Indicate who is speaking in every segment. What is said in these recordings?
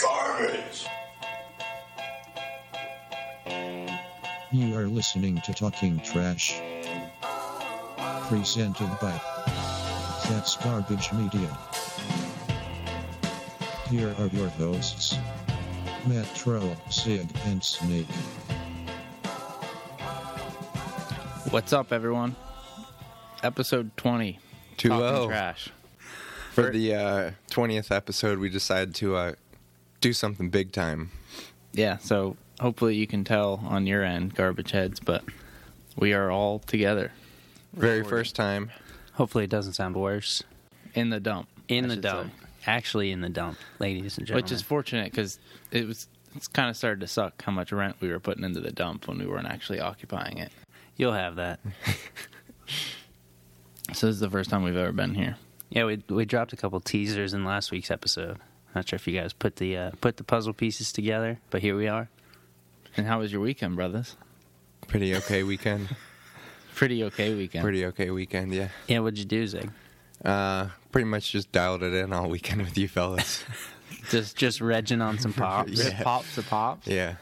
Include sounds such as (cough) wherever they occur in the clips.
Speaker 1: garbage.
Speaker 2: You are listening to Talking Trash. Presented by That's Garbage Media. Here are your hosts Matt Troll, Sig, and Snake.
Speaker 3: What's up, everyone? Episode 20.
Speaker 4: Two
Speaker 3: Talking
Speaker 4: oh.
Speaker 3: Trash.
Speaker 4: For the uh, twentieth episode, we decided to uh, do something big time.
Speaker 3: Yeah, so hopefully you can tell on your end, garbage heads, but we are all together
Speaker 4: Very first time.
Speaker 5: Hopefully, it doesn't sound worse.
Speaker 3: in the dump.
Speaker 5: In
Speaker 3: I
Speaker 5: the
Speaker 3: should say.
Speaker 5: dump, actually, in the dump, ladies and gentlemen.
Speaker 3: Which is fortunate because it was. It's kind of started to suck how much rent we were putting into the dump when we weren't actually occupying it.
Speaker 5: you'll have that.
Speaker 3: So this is the first time we've ever been here.
Speaker 5: Yeah, we we dropped a couple teasers in last week's episode. Not sure if you guys put the uh, put the puzzle pieces together, but here we are.
Speaker 3: And how was your weekend, brothers?
Speaker 4: Pretty
Speaker 3: (laughs)
Speaker 4: okay weekend.
Speaker 3: Pretty okay weekend.
Speaker 4: Pretty okay weekend. Yeah.
Speaker 5: Yeah, what'd you do, Zig?
Speaker 4: Uh, pretty much just dialed it in all weekend with
Speaker 3: (laughs)
Speaker 4: you fellas.
Speaker 5: Just just regging on some pops.
Speaker 4: Yeah.
Speaker 3: Pops to pops.
Speaker 4: yeah.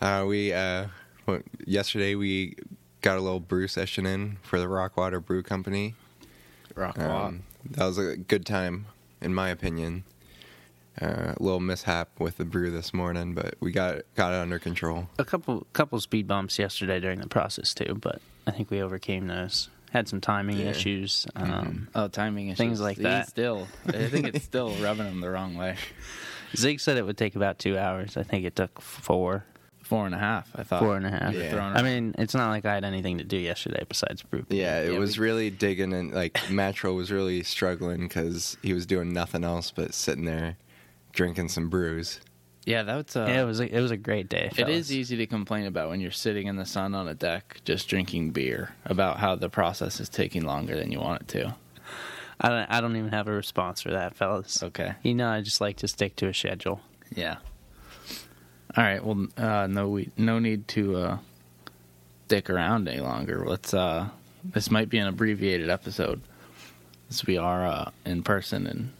Speaker 4: Uh, we uh, went, yesterday we got a little brew session in for the Rockwater Brew Company.
Speaker 3: Rock
Speaker 4: Um,
Speaker 3: wall.
Speaker 4: That was a good time, in my opinion. Uh, a little mishap with the brew this morning, but we got it, got it under control.
Speaker 5: A couple couple speed bumps yesterday during the process too, but I think we overcame those. Had some timing
Speaker 4: Yeah.
Speaker 5: issues. Um,
Speaker 3: Oh, timing issues.
Speaker 5: Things like
Speaker 3: He's
Speaker 5: that.
Speaker 3: Still, I think it's still rubbing him the wrong way.
Speaker 5: Zig said it would take about two hours. I think it took four.
Speaker 3: Four and a half. I thought
Speaker 5: Four and a half.
Speaker 3: We were
Speaker 4: Yeah.
Speaker 3: throwing
Speaker 5: I mean, it's not like I had anything to do yesterday besides brew.
Speaker 4: Yeah, it
Speaker 3: Yeah,
Speaker 4: was really digging, and like Matro was really struggling because he was doing nothing else but sitting there drinking some brews.
Speaker 3: yeah, that's uh,
Speaker 5: Yeah, it was a, it was a great day.
Speaker 3: It
Speaker 5: fellas.
Speaker 3: is e- easy to complain about when you're sitting in the sun on a deck just drinking beer about how the process is taking longer than you want it to.
Speaker 5: I don't, I don't even have a response for that, fellas.
Speaker 3: Okay.
Speaker 5: You know, I just like to stick to a schedule.
Speaker 3: Yeah. All right. Well, uh, no, we no need to uh, dick around any longer. Let's. Uh, this might be an abbreviated episode, since we are uh, in person, and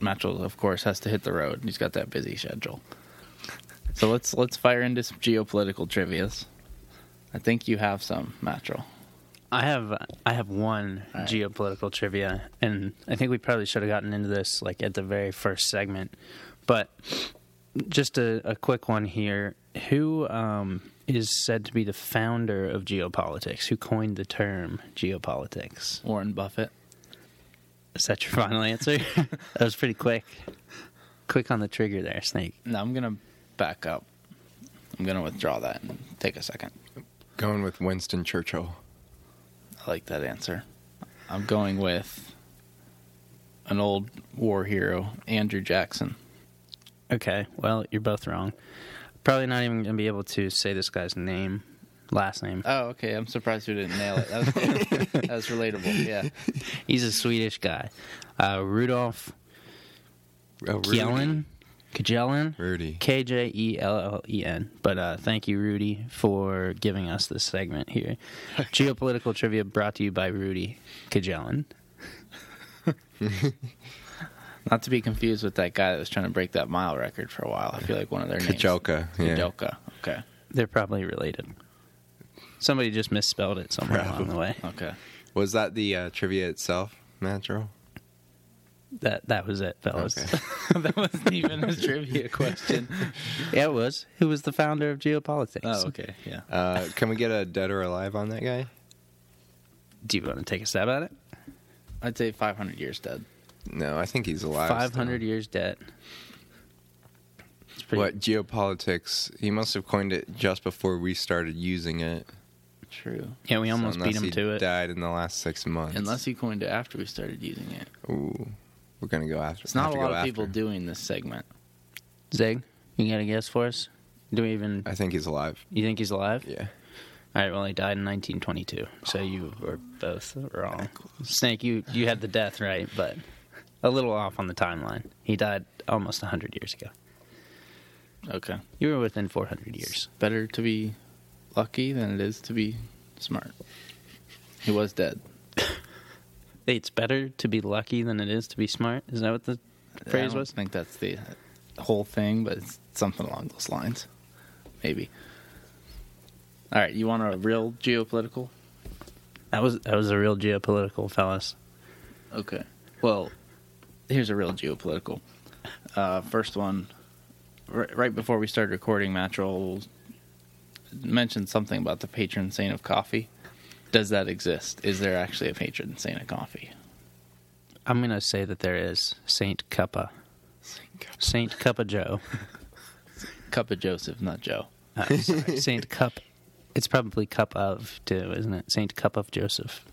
Speaker 3: Matchell, of course, has to hit the road. He's got that busy schedule. So let's let's fire into some geopolitical trivia's. I think you have some, Matchell.
Speaker 5: I have I have one
Speaker 3: All right.
Speaker 5: geopolitical trivia, and I think we probably should have gotten into this like at the very first segment, but just a, a quick one here. Who um, is said to be the founder of geopolitics? Who coined the term geopolitics?
Speaker 3: Warren Buffett.
Speaker 5: Is that your (laughs)
Speaker 3: (laughs)
Speaker 5: final answer? that was pretty quick. Quick on the trigger there, Snake.
Speaker 3: No, I'm gonna back up. I'm gonna withdraw that and take a second.
Speaker 4: Going with Winston Churchill.
Speaker 3: I like that answer. I'm going with an old war hero, Andrew Jackson.
Speaker 5: Okay, well, you're both wrong. Probably not even going to be able to say this guy's name, last name.
Speaker 3: Oh, okay. I'm surprised we didn't nail it. That was, (laughs) that was relatable. Yeah.
Speaker 5: He's a Swedish guy. Uh, Rudolf
Speaker 4: Oh, Rudy.
Speaker 5: Kjellin. Kjellin.
Speaker 4: Rudy.
Speaker 5: K J E L L E N. But uh, thank you, Rudy, for giving us this segment here. Geopolitical trivia brought to you by Rudy Kjellin.
Speaker 3: Not to be confused with that guy that was trying to break that mile record for a while. I feel like one of their names.
Speaker 4: Kajelka. Yeah.
Speaker 3: Kajelka. Okay.
Speaker 5: They're probably related. Somebody just misspelled it somewhere along the way.
Speaker 3: Okay. (laughs)
Speaker 4: Was that the uh, trivia itself, Matro?
Speaker 5: That that was it, fellas.
Speaker 4: Okay.
Speaker 3: that wasn't even a trivia question.
Speaker 5: (laughs) yeah, it was. Who was the founder of geopolitics?
Speaker 3: Oh, okay. Yeah.
Speaker 4: Uh, can we get a dead or alive on that guy?
Speaker 5: Do you want to take a stab at it?
Speaker 3: I'd say 500 years dead.
Speaker 4: No, I think he's alive.
Speaker 5: Five hundred
Speaker 4: still.
Speaker 5: years debt. It's pretty,
Speaker 4: What geopolitics? He must have coined it just before we started using it.
Speaker 3: True.
Speaker 5: Yeah, we
Speaker 4: So
Speaker 5: almost beat
Speaker 4: unless
Speaker 5: him
Speaker 4: he
Speaker 5: to it.
Speaker 4: Died in the last six months.
Speaker 3: Unless he coined it after we started using it.
Speaker 4: Ooh, we're gonna go after.
Speaker 3: It's not
Speaker 4: have
Speaker 3: a
Speaker 4: to go
Speaker 3: lot of people
Speaker 4: after.
Speaker 3: doing this segment.
Speaker 5: Zig, you got a guess for us? Do we even?
Speaker 4: I think he's alive.
Speaker 5: You think he's alive?
Speaker 4: Yeah.
Speaker 5: All right. Well, he died in 1922. So you were both wrong. Snake, you you had the death right, but a little off on the timeline. He died almost 100 years ago.
Speaker 3: Okay.
Speaker 5: You were within 400 years.
Speaker 3: better to be lucky than it is to be smart. He was dead.
Speaker 5: It's better to be lucky than it is to be smart. Is that what the phrase
Speaker 3: I
Speaker 5: was?
Speaker 3: think that's the whole thing, but it's something along those lines. Maybe. All right, you want a real geopolitical?
Speaker 5: That was that was a real geopolitical, fellas.
Speaker 3: Okay. Well, here's a real geopolitical. Uh, first one, r- right before we started recording, Mattrell mentioned something about the patron saint of coffee. Does that exist? Is there actually a patron saint of coffee?
Speaker 5: I'm gonna say that there is Saint Cuppa, Saint
Speaker 3: (laughs)
Speaker 5: Cuppa Joe,
Speaker 3: Cup of Joseph, not Joe.
Speaker 5: Uh, sorry, Saint Cup. It's probably Cup of too, isn't it? Saint Cup of Joseph.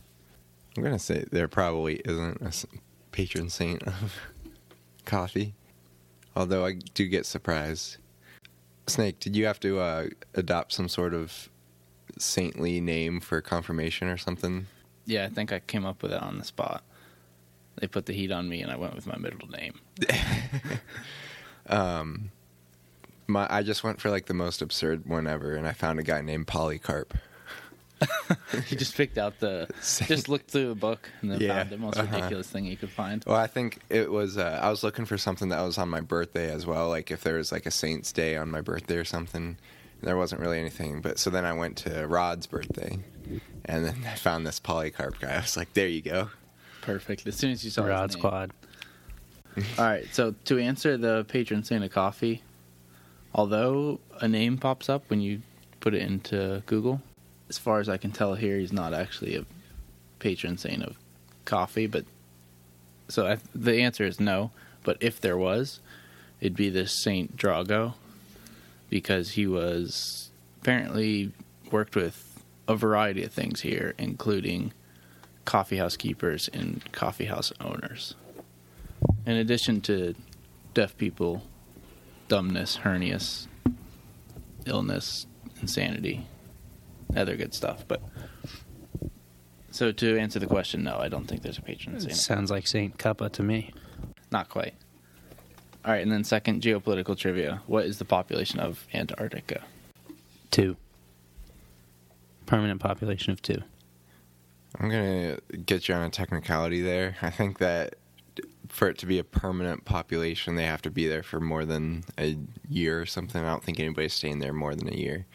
Speaker 4: I'm gonna say there probably isn't a s- patron saint of (laughs) coffee, although I do get surprised. Snake, did you have to uh, adopt some sort of saintly name for confirmation or something?
Speaker 3: Yeah, I think I came up with it on the spot. They put the heat on me, and I went with my middle name.
Speaker 4: My, I just went for like the most absurd one ever, and I found a guy named Polycarp. (laughs)
Speaker 3: He just picked out the,
Speaker 4: Saint-
Speaker 3: just looked through a book and then
Speaker 4: Yeah,
Speaker 3: found the most
Speaker 4: uh-huh.
Speaker 3: ridiculous thing you could find.
Speaker 4: Well, I think it was. Uh, I was looking for something that was on my birthday as well. Like if there was like a Saint's Day on my birthday or something. And there wasn't really anything, but so then I went to Rod's birthday, and then I found this Polycarp guy. I was like, "There you go."
Speaker 3: Perfect. As soon as you saw his
Speaker 5: Rod
Speaker 3: name.
Speaker 5: Squad.
Speaker 3: All right. So to answer the patron saint of coffee, although a name pops up when you put it into Google, as far as I can tell here, he's not actually a patron saint of coffee. But so I, the answer is no. But if there was, it'd be this Saint Drago, because he was apparently worked with a variety of things here, including coffee house keepers and coffee house owners in addition to deaf people, dumbness, hernias, illness, insanity, other good stuff. But so to answer the question, no, I don't think there's a patron saint.
Speaker 5: Sounds like Saint Cuppa to me.
Speaker 3: Not quite. All right, and then second geopolitical trivia: What is the population of Antarctica?
Speaker 5: Two. Permanent population of two.
Speaker 4: I'm gonna get you on a technicality there. I think that for it to be a permanent population, they have to be there for more than a year or something. I don't think anybody's staying there more than a year.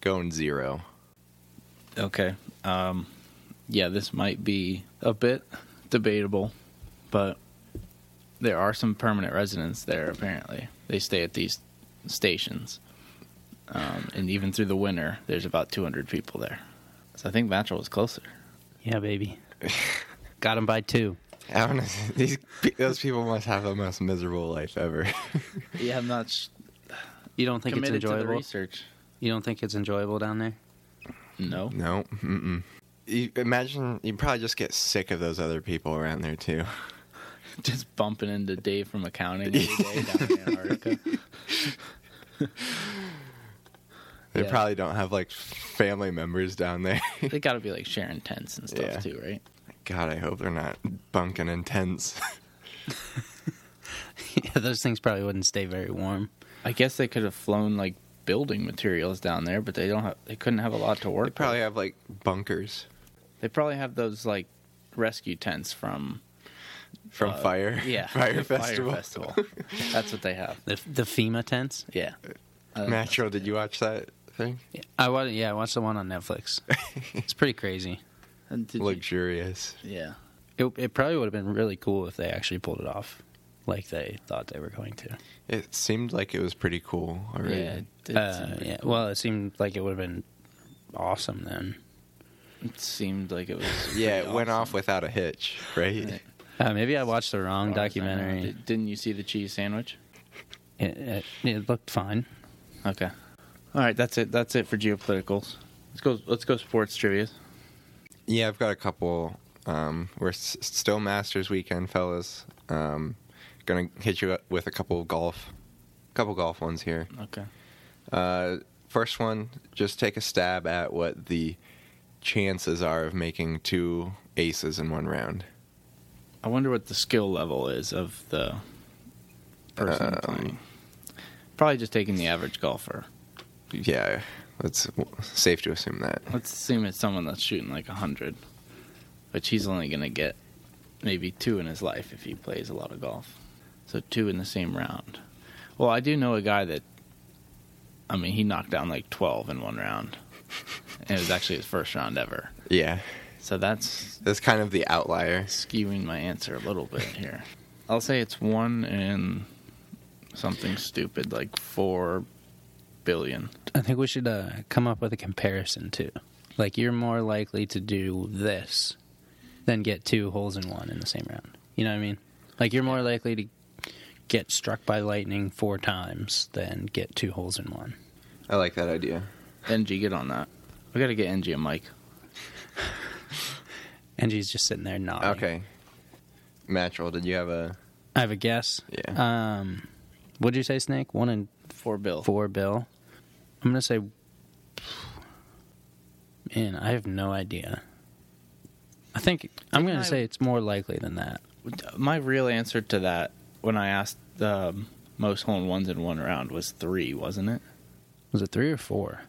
Speaker 4: Going zero.
Speaker 3: Okay. Um, yeah, this might be a bit debatable, but there are some permanent residents there. Apparently, they stay at these stations, um, and even through the winter, there's about 200 people there. So I think Matchell was closer.
Speaker 5: Yeah,
Speaker 3: (laughs)
Speaker 5: baby. Got him by two.
Speaker 4: I don't know. (laughs) These pe- those people must have the most miserable life ever. (laughs)
Speaker 3: Yeah, I'm not sh-
Speaker 5: You don't think it's
Speaker 3: committed to the
Speaker 5: enjoyable?
Speaker 3: research.
Speaker 5: You don't think it's enjoyable down there? (laughs)
Speaker 3: No.
Speaker 4: no, mm-mm. You, imagine you probably just get sick of those other people around there too.
Speaker 3: (laughs)
Speaker 4: (laughs)
Speaker 3: just bumping into Dave from accounting every day down in (laughs) Antarctica.
Speaker 4: They
Speaker 3: Yeah.
Speaker 4: probably don't have like family members down there. (laughs)
Speaker 3: They got to be like sharing tents and stuff
Speaker 4: Yeah.
Speaker 3: too, right?
Speaker 4: God, I hope they're not bunking in tents. (laughs)
Speaker 5: yeah, those things probably wouldn't stay very warm.
Speaker 3: I guess they could have flown like building materials down there, but they don't have. They couldn't have a lot to work.
Speaker 4: They probably
Speaker 3: with.
Speaker 4: have like bunkers
Speaker 3: They probably have those like rescue tents from
Speaker 4: from
Speaker 3: uh,
Speaker 4: fire.
Speaker 3: (laughs) Yeah,
Speaker 4: (laughs) fire
Speaker 3: the
Speaker 4: festival.
Speaker 3: Festival. That's what they have.
Speaker 5: The the FEMA tents.
Speaker 4: (laughs)
Speaker 3: Yeah. Uh,
Speaker 4: Matro, did you watch that thing?
Speaker 5: I wa- yeah, I watched the one
Speaker 3: (laughs)
Speaker 5: on Netflix. it's pretty crazy.
Speaker 3: Uh, and did you-
Speaker 4: Luxurious.
Speaker 3: yeah.
Speaker 5: It it probably would have been really cool if they actually pulled it off, like they thought they were going to.
Speaker 4: It seemed like it was pretty cool already.
Speaker 3: Yeah. it did
Speaker 5: Uh,
Speaker 3: seem pretty
Speaker 5: yeah.
Speaker 3: cool.
Speaker 5: Well, it seemed like it would have been awesome then.
Speaker 3: It seemed like it
Speaker 4: (laughs)
Speaker 3: was.
Speaker 4: Yeah, it
Speaker 3: pretty
Speaker 4: went
Speaker 3: awesome.
Speaker 4: off without a hitch, right?
Speaker 5: Uh, maybe I watched the wrong
Speaker 3: Uh, Did-
Speaker 5: documentary.
Speaker 3: Didn't you see the cheese sandwich?
Speaker 5: It, it, it looked fine.
Speaker 3: Okay. All right, that's it. That's it for geopoliticals. Let's go. Let's go sports trivia.
Speaker 4: Yeah, I've got a couple. Um, we're s- still Masters weekend, fellas. Um, gonna hit you up with a couple of golf, couple golf ones here.
Speaker 3: Okay.
Speaker 4: Uh, first one, just take a stab at what the chances are of making two aces in one round.
Speaker 3: I wonder what the skill level is of the person playing. Probably just taking the average golfer.
Speaker 4: Yeah, that's safe to assume that.
Speaker 3: Let's assume it's someone that's shooting like 100, which he's only going to get maybe two in his life if he plays a lot of golf. So two in the same round. Well, I do know a guy that, I mean, he knocked down like 12 in one round. And it was actually his first round ever.
Speaker 4: Yeah.
Speaker 3: So that's
Speaker 4: That's kind of the outlier.
Speaker 3: skewing my answer a little bit here. (laughs) I'll say it's one in something stupid like 4 billion.
Speaker 5: I think we should uh, come up with a comparison too. Like you're more likely to do this than get two holes in one in the same round. You know what I mean? Like you're more likely to get struck by lightning four times than get two holes in one.
Speaker 4: I like that idea.
Speaker 3: NG, get on that. We got to get NG a mic.
Speaker 5: And she's just sitting there nodding.
Speaker 4: Okay. Match roll, did you have a.
Speaker 5: I have a guess.
Speaker 4: Yeah.
Speaker 5: Um, what'd you say, Snake? One in
Speaker 3: 4 bill.
Speaker 5: four, Bill. I'm gonna say. Man, I have no idea. I think I'm gonna
Speaker 3: I-
Speaker 5: say it's more likely than that.
Speaker 3: My real answer to that when I asked the most hole in ones in one round was 3, wasn't it?
Speaker 5: Was it three or four?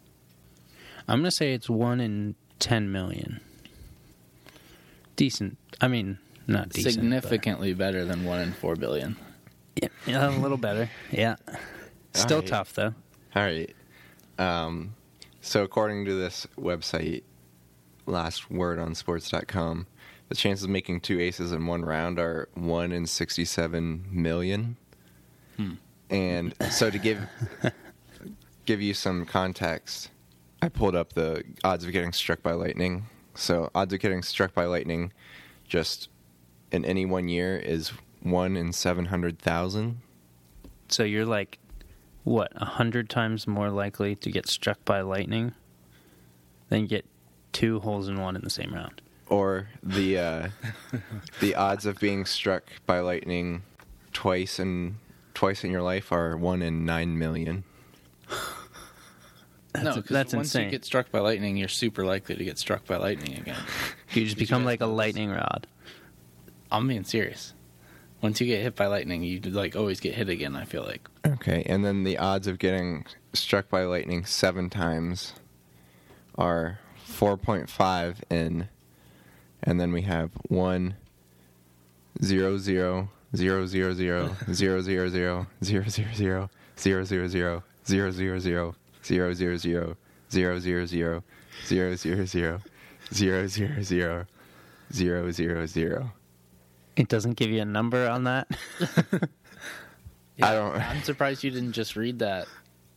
Speaker 5: I'm gonna say it's one in ten million. Decent. I mean, not decent. but-
Speaker 3: Significantly better than 1 in 4 billion.
Speaker 5: Yeah, (laughs) yeah, a little better. Yeah. Still
Speaker 4: right.
Speaker 5: tough though.
Speaker 4: All right. Um, so, according to this website, last word on sports.com, the chances of making two aces in one round are 1 in 67 million. And so, to give give you some context, I pulled up the odds of getting struck by lightning. So, odds of getting struck by lightning just in any one year is 1 in 700,000.
Speaker 5: So you're like, what, a hundred times more likely to get struck by lightning than get two holes in one in the same round.
Speaker 4: or the uh, the odds of being struck by lightning twice in twice in your life are one in nine million.
Speaker 3: (laughs) no, 'cause
Speaker 5: that's
Speaker 3: once
Speaker 5: insane.
Speaker 3: you get struck by lightning, you're super likely to get struck by lightning again.
Speaker 5: You just
Speaker 3: Did you
Speaker 5: become
Speaker 3: guys
Speaker 5: like a
Speaker 3: know this?
Speaker 5: lightning rod.
Speaker 3: I'm being serious. Once you get hit by lightning, you like always get hit again. I feel like
Speaker 4: Okay, and then the odds of getting struck by lightning seven times are four point five in, and then we have one zero zero zero zero zero zero zero zero zero zero zero zero zero zero zero zero zero zero zero zero zero zero zero zero zero zero zero zero zero zero zero zero.
Speaker 5: It doesn't give you a number on (laughs) that.
Speaker 4: I don't.
Speaker 3: I'm surprised you didn't just read that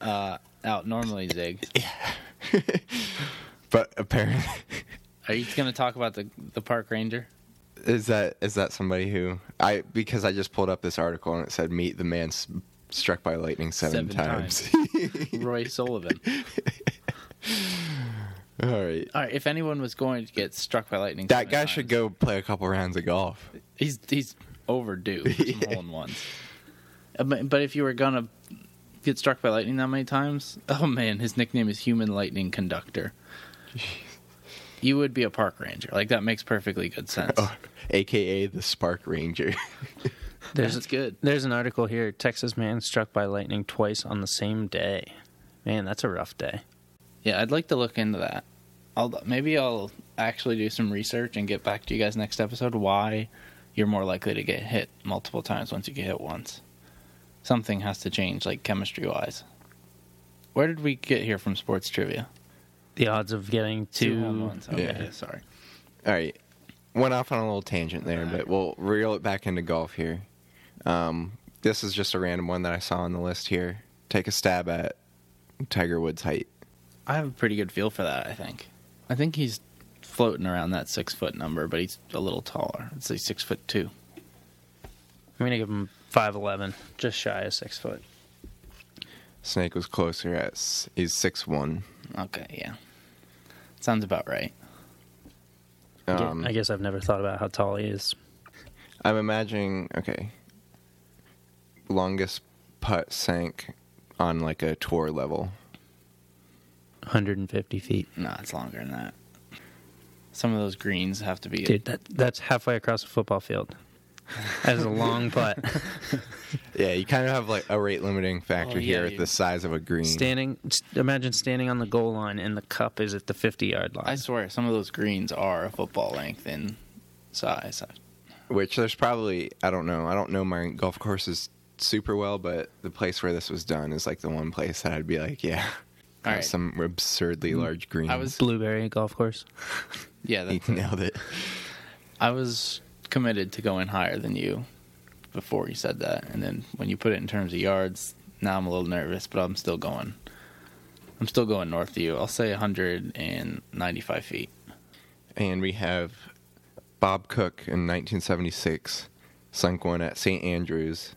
Speaker 3: uh, out normally, Zig.
Speaker 4: But apparently,
Speaker 3: Are you going to talk about the the park ranger?
Speaker 4: Is that is that somebody who I because I just pulled up this article and it said meet the man s- struck by lightning seven,
Speaker 3: Seven
Speaker 4: times.
Speaker 3: Roy Sullivan.
Speaker 4: (laughs) All right,
Speaker 3: All right, if anyone was going to get struck by lightning,
Speaker 4: that
Speaker 3: seven
Speaker 4: guy
Speaker 3: times,
Speaker 4: should go play a couple rounds of golf.
Speaker 3: He's he's overdue for
Speaker 4: (laughs)
Speaker 3: some hole in ones. Uh, But, but if you were gonna get struck by lightning that many times, oh man, his nickname is Human Lightning
Speaker 4: (laughs)
Speaker 3: Conductor. You would be a park ranger. Like that makes perfectly good sense.
Speaker 4: Oh, AKA the Spark Ranger. (laughs)
Speaker 5: There's
Speaker 3: That's good.
Speaker 5: There's an article here: Texas man struck by lightning twice on the same day. Man, that's a rough day.
Speaker 3: Yeah, I'd like to look into that. I'll maybe I'll actually do some research and get back to you guys next episode why you're more likely to get hit multiple times once you get hit once. Something has to change, like chemistry wise. Where did we get here from sports trivia?
Speaker 5: The odds of getting two.
Speaker 3: home runs. Okay,
Speaker 4: Yeah.
Speaker 3: yeah, sorry.
Speaker 4: All right, went off on a little tangent there, but we'll reel it back into golf here. Um, this is just a random one that I saw on the list here. Take a stab at Tiger Woods' height.
Speaker 3: I have a pretty good feel for that. I think. I think he's floating around that six foot number, but he's a little taller. I'd say six foot two.
Speaker 5: I'm gonna give him five eleven, just shy of six foot.
Speaker 4: Snake was closer at s- he's six one.
Speaker 3: Okay, yeah, sounds about right.
Speaker 5: Yeah,
Speaker 4: Um,
Speaker 5: I guess I've never thought about how tall he is.
Speaker 4: I'm imagining okay. Longest putt sank on like a tour level.
Speaker 5: 150 feet.
Speaker 3: No, it's longer than that. Some of those greens have to be.
Speaker 5: Dude, that that's halfway across a football field. That is a long putt.
Speaker 4: Yeah, you kind of have like a rate limiting factor
Speaker 3: Oh, yeah,
Speaker 4: here with
Speaker 3: you-
Speaker 4: the size of a green.
Speaker 5: standing, st- imagine standing on the goal line and the cup is at the 50 yard line.
Speaker 3: I swear, some of those greens are a football length in size.
Speaker 4: which there's probably I don't know. I don't know my golf courses super well, but the place where this was done is like the one place that I'd be like, yeah,
Speaker 3: All
Speaker 4: have
Speaker 3: right. Mm,
Speaker 4: some absurdly large greens.
Speaker 3: I was-
Speaker 5: Blueberry golf course.
Speaker 3: Yeah,
Speaker 4: he
Speaker 3: that's it.
Speaker 4: nailed it.
Speaker 3: I was committed to going higher than you before you said that, and then when you put it in terms of yards, now I'm a little nervous, but I'm still going. I'm still going north of you. I'll say 195 feet.
Speaker 4: And we have Bob Cook in 1976 sunk one at St. Andrews,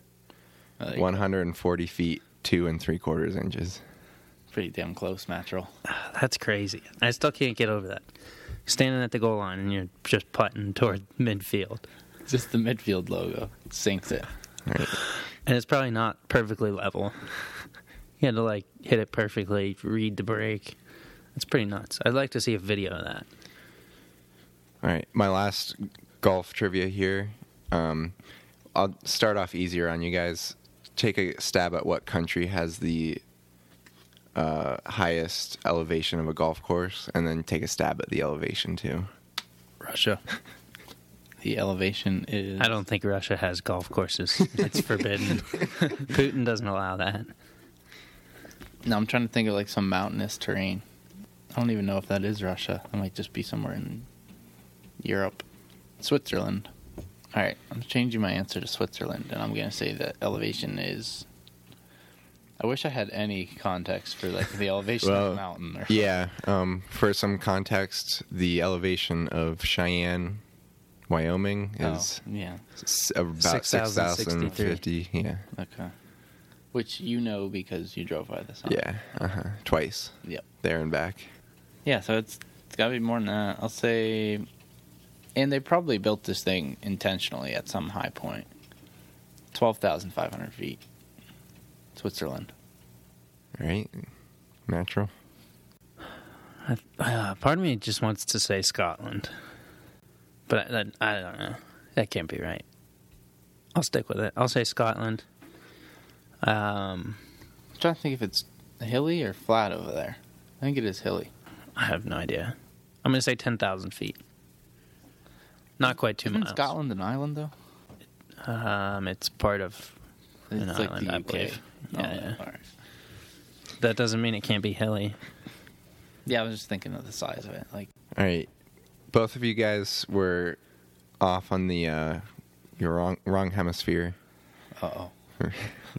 Speaker 3: Like,
Speaker 4: 140 feet, two and three quarters inches.
Speaker 3: Pretty damn close, Mattrell.
Speaker 5: That's crazy. I still can't get over that. Standing at the goal line and you're just putting toward midfield.
Speaker 3: (laughs) Just the midfield logo sinks it.
Speaker 4: All right.
Speaker 5: And it's probably not perfectly level. (laughs) You had to like hit it perfectly, read the break. It's pretty nuts. I'd like to see a video of that.
Speaker 4: All right, my last golf trivia here. Um, I'll start off easier on you guys. Take a stab at what country has the uh, highest elevation of a golf course, and then take a stab at the elevation too.
Speaker 3: Russia. The elevation is.
Speaker 5: I don't think Russia has golf courses. It's forbidden. Putin doesn't allow that.
Speaker 3: No, I'm trying to think of like some mountainous terrain. I don't even know if that is Russia. It might just be somewhere in Europe, Switzerland. All right, I'm changing my answer to Switzerland, and I'm gonna say that elevation is. I wish I had any context for like the elevation of
Speaker 4: Well,
Speaker 3: the mountain. Or...
Speaker 4: Yeah. Um, for some context, the elevation of Cheyenne, Wyoming,
Speaker 3: Oh,
Speaker 4: is
Speaker 3: yeah.
Speaker 4: s- about six
Speaker 5: 6,063.
Speaker 4: thousand fifty. Yeah.
Speaker 3: Okay. Which you know because you drove by the summer.
Speaker 4: Yeah. Uh-huh. Twice
Speaker 3: Yep.
Speaker 4: there and back.
Speaker 3: Yeah, so it's it's gotta be more than that. I'll say, and they probably built this thing intentionally at some high point. Twelve thousand five hundred feet, Switzerland.
Speaker 4: Right. Natural.
Speaker 5: Uh, part of me just wants to say Scotland, but I, I, I don't know. That can't be right. I'll stick with it. I'll say Scotland. Um,
Speaker 3: I'm trying to think if it's hilly or flat over there. I think it is hilly.
Speaker 5: I have no idea. I'm going to say 10,000 feet. Not quite 2
Speaker 3: Isn't
Speaker 5: miles.
Speaker 3: Scotland an island though?
Speaker 5: Um, it's part of.
Speaker 3: It's
Speaker 5: An
Speaker 3: like
Speaker 5: island,
Speaker 3: the
Speaker 5: I
Speaker 3: UK.
Speaker 5: believe.
Speaker 3: Oh,
Speaker 5: Yeah, yeah.
Speaker 3: all right.
Speaker 5: That doesn't mean it can't be hilly.
Speaker 3: yeah. I was just thinking of the size of it. Like,
Speaker 4: All right, both of you guys were off on the uh, your wrong wrong hemisphere, (laughs)
Speaker 3: uh oh.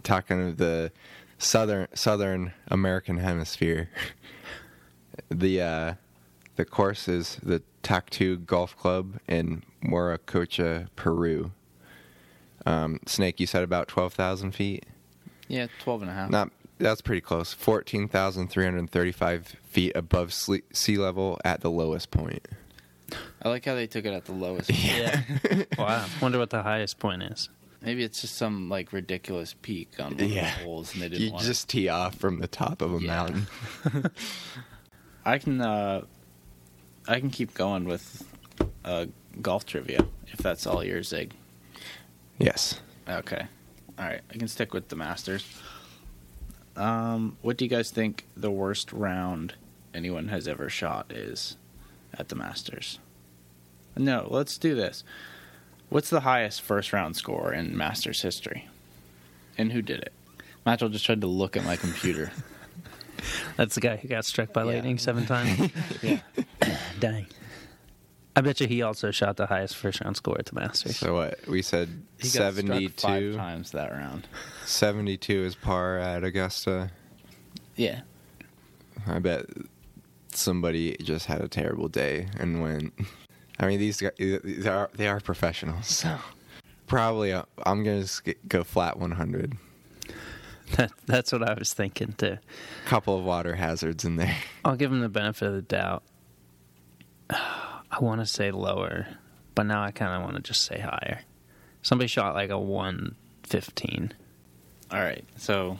Speaker 4: talking of the southern southern American hemisphere. (laughs) the uh, the course is the Tactu Golf Club in Morococha, Peru. Um, Snake, you said about twelve thousand feet.
Speaker 3: Yeah, twelve and a half.
Speaker 4: Not that's pretty close. Fourteen thousand three hundred thirty-five feet above sle- sea level at the lowest point.
Speaker 3: I like how they took it at the
Speaker 4: (laughs)
Speaker 3: lowest.
Speaker 5: Yeah. wow. Wonder what the highest point is.
Speaker 3: Maybe it's just some like ridiculous peak on one
Speaker 4: Yeah.
Speaker 3: of the holes, and they didn't
Speaker 4: You
Speaker 3: want it.
Speaker 4: just tee off from the top of a
Speaker 3: Yeah.
Speaker 4: mountain.
Speaker 3: I can uh, I can keep going with uh, golf trivia if that's all yours, Zig.
Speaker 4: Yes.
Speaker 3: Okay, all right. I can stick with the Masters. Um, what do you guys think the worst round anyone has ever shot is at the Masters? No, let's do this. What's the highest first round score in Masters history, and who did it? Matchell just tried to look at my computer.
Speaker 5: That's the guy who got struck by
Speaker 3: Yeah.
Speaker 5: lightning
Speaker 3: (laughs)
Speaker 5: seven times.
Speaker 3: yeah.
Speaker 5: Dang. I bet you he also shot the highest first round score at the Masters.
Speaker 4: So what? We said
Speaker 3: (laughs) He got struck
Speaker 4: 72.
Speaker 3: five times that round.
Speaker 4: 72 is par at Augusta.
Speaker 3: Yeah.
Speaker 4: I bet somebody just had a terrible day and went. I mean, these guys, they are, they are professionals, (laughs) so probably uh, I'm going to go flat 100.
Speaker 5: That, that's what I was thinking too.
Speaker 4: Couple of water hazards in there.
Speaker 5: I'll give him the benefit of the doubt. (sighs) I want to say lower, but now I kind of want to just say higher. Somebody shot like a 115.
Speaker 3: All right. So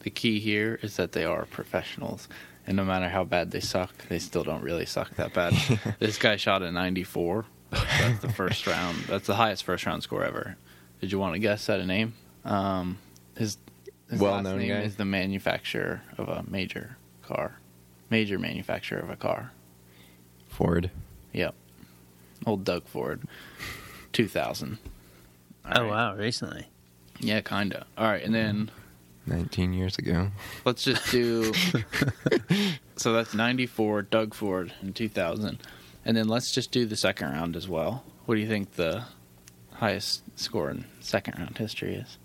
Speaker 3: the key here is that they are professionals. And no matter how bad they suck, they still don't really suck that bad. this guy shot a 94. That's the first round. That's the highest first round score ever. Did you want to guess at a name? Um, his his
Speaker 4: Well-known
Speaker 3: last name
Speaker 4: guy?
Speaker 3: is the manufacturer of a major car, major manufacturer of a car.
Speaker 4: Ford.
Speaker 3: Yep, old Doug Ford, two thousand.
Speaker 5: oh wow, recently.
Speaker 3: Yeah, kinda. All right, and then
Speaker 4: 19 years ago.
Speaker 3: let's just
Speaker 4: (laughs)
Speaker 3: do. so that's '94, Doug Ford in 2000, and then let's just do the second round as well. What do you think the highest score in second round history is?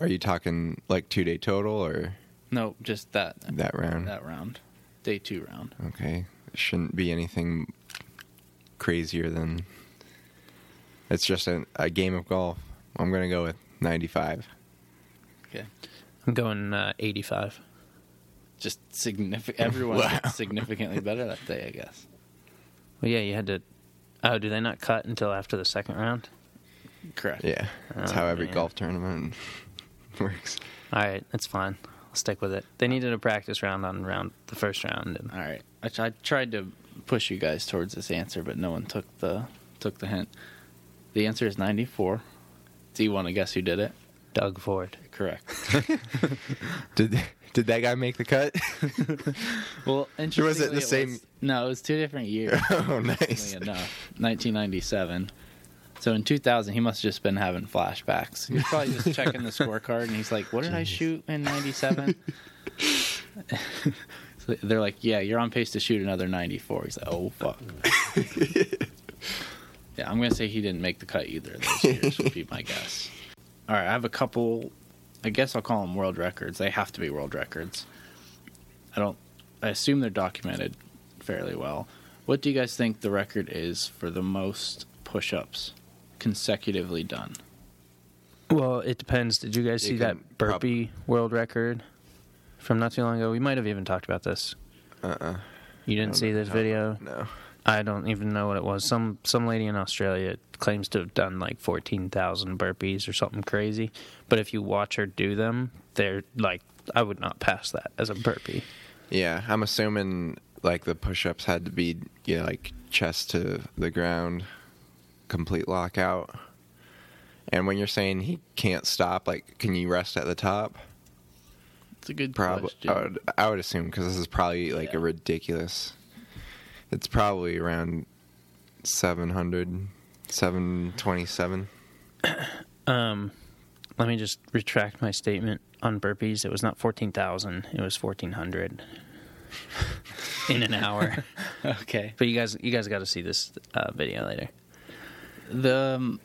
Speaker 4: Are you talking like two day total or
Speaker 3: No, just that
Speaker 4: that round?
Speaker 3: that round, day two round.
Speaker 4: Okay. Shouldn't be anything crazier than. It's just a, a game of golf. I'm going to go with 95.
Speaker 3: Okay,
Speaker 5: I'm going uh, 85.
Speaker 3: just significant. Everyone did significantly better that day, I guess.
Speaker 5: Well, yeah, you had to. Oh, do they not cut until after the second round?
Speaker 3: Correct.
Speaker 4: Yeah. That's
Speaker 5: Oh,
Speaker 4: how every
Speaker 5: man.
Speaker 4: golf tournament (laughs) works.
Speaker 5: All right, that's fine. I'll stick with it. They needed a practice round on round the first round. And
Speaker 3: All right. I, t- I tried to push you guys towards this answer, but no one took the took the hint. The answer is 94. Do you want to guess who did it?
Speaker 5: Doug Ford.
Speaker 3: Correct.
Speaker 4: Did did that guy make the cut? (laughs)
Speaker 3: Well, interestingly,
Speaker 4: Was it the same-
Speaker 3: was- no, it was two different years.
Speaker 4: oh, nice.
Speaker 3: interestingly enough, 1997. So in 2000, he must have just been having flashbacks. He was probably just checking the scorecard, and he's like, "What did I shoot in '97?" (laughs) so they're like, "Yeah, you're on pace to shoot another 94." He's like, "Oh fuck." yeah, I'm gonna say he didn't make the cut either. Of those years would be my guess. All right, I have a couple. I guess I'll call them world records. They have to be world records. I don't. I assume they're documented fairly well. What do you guys think the record is for the most push-ups consecutively done?
Speaker 5: Well, it depends. Did you guys
Speaker 4: You
Speaker 5: see
Speaker 4: can
Speaker 5: that burpee world record from not too long ago? We might have even talked about this.
Speaker 4: Uh uh
Speaker 5: You didn't see this video?
Speaker 4: No.
Speaker 5: I don't even know what it was. Some some lady in Australia claims to have done like fourteen thousand burpees or something crazy. But if you watch her do them, they're like I would not pass that as a burpee.
Speaker 4: Yeah, I'm assuming like the push-ups had to be you know, like chest to the ground, complete lockout. And when you're saying he can't stop, like, can you rest at the top?
Speaker 3: It's a good
Speaker 4: Probably,
Speaker 3: question.
Speaker 4: I would, I would assume because this is probably like a
Speaker 3: Yeah.
Speaker 4: ridiculous. It's probably around 700, 727.
Speaker 5: Let me just retract my statement on burpees. It was not fourteen thousand. It was fourteen hundred in an hour.
Speaker 3: (laughs) okay.
Speaker 5: But you guys, you guys got to see this uh, video later.
Speaker 3: The um,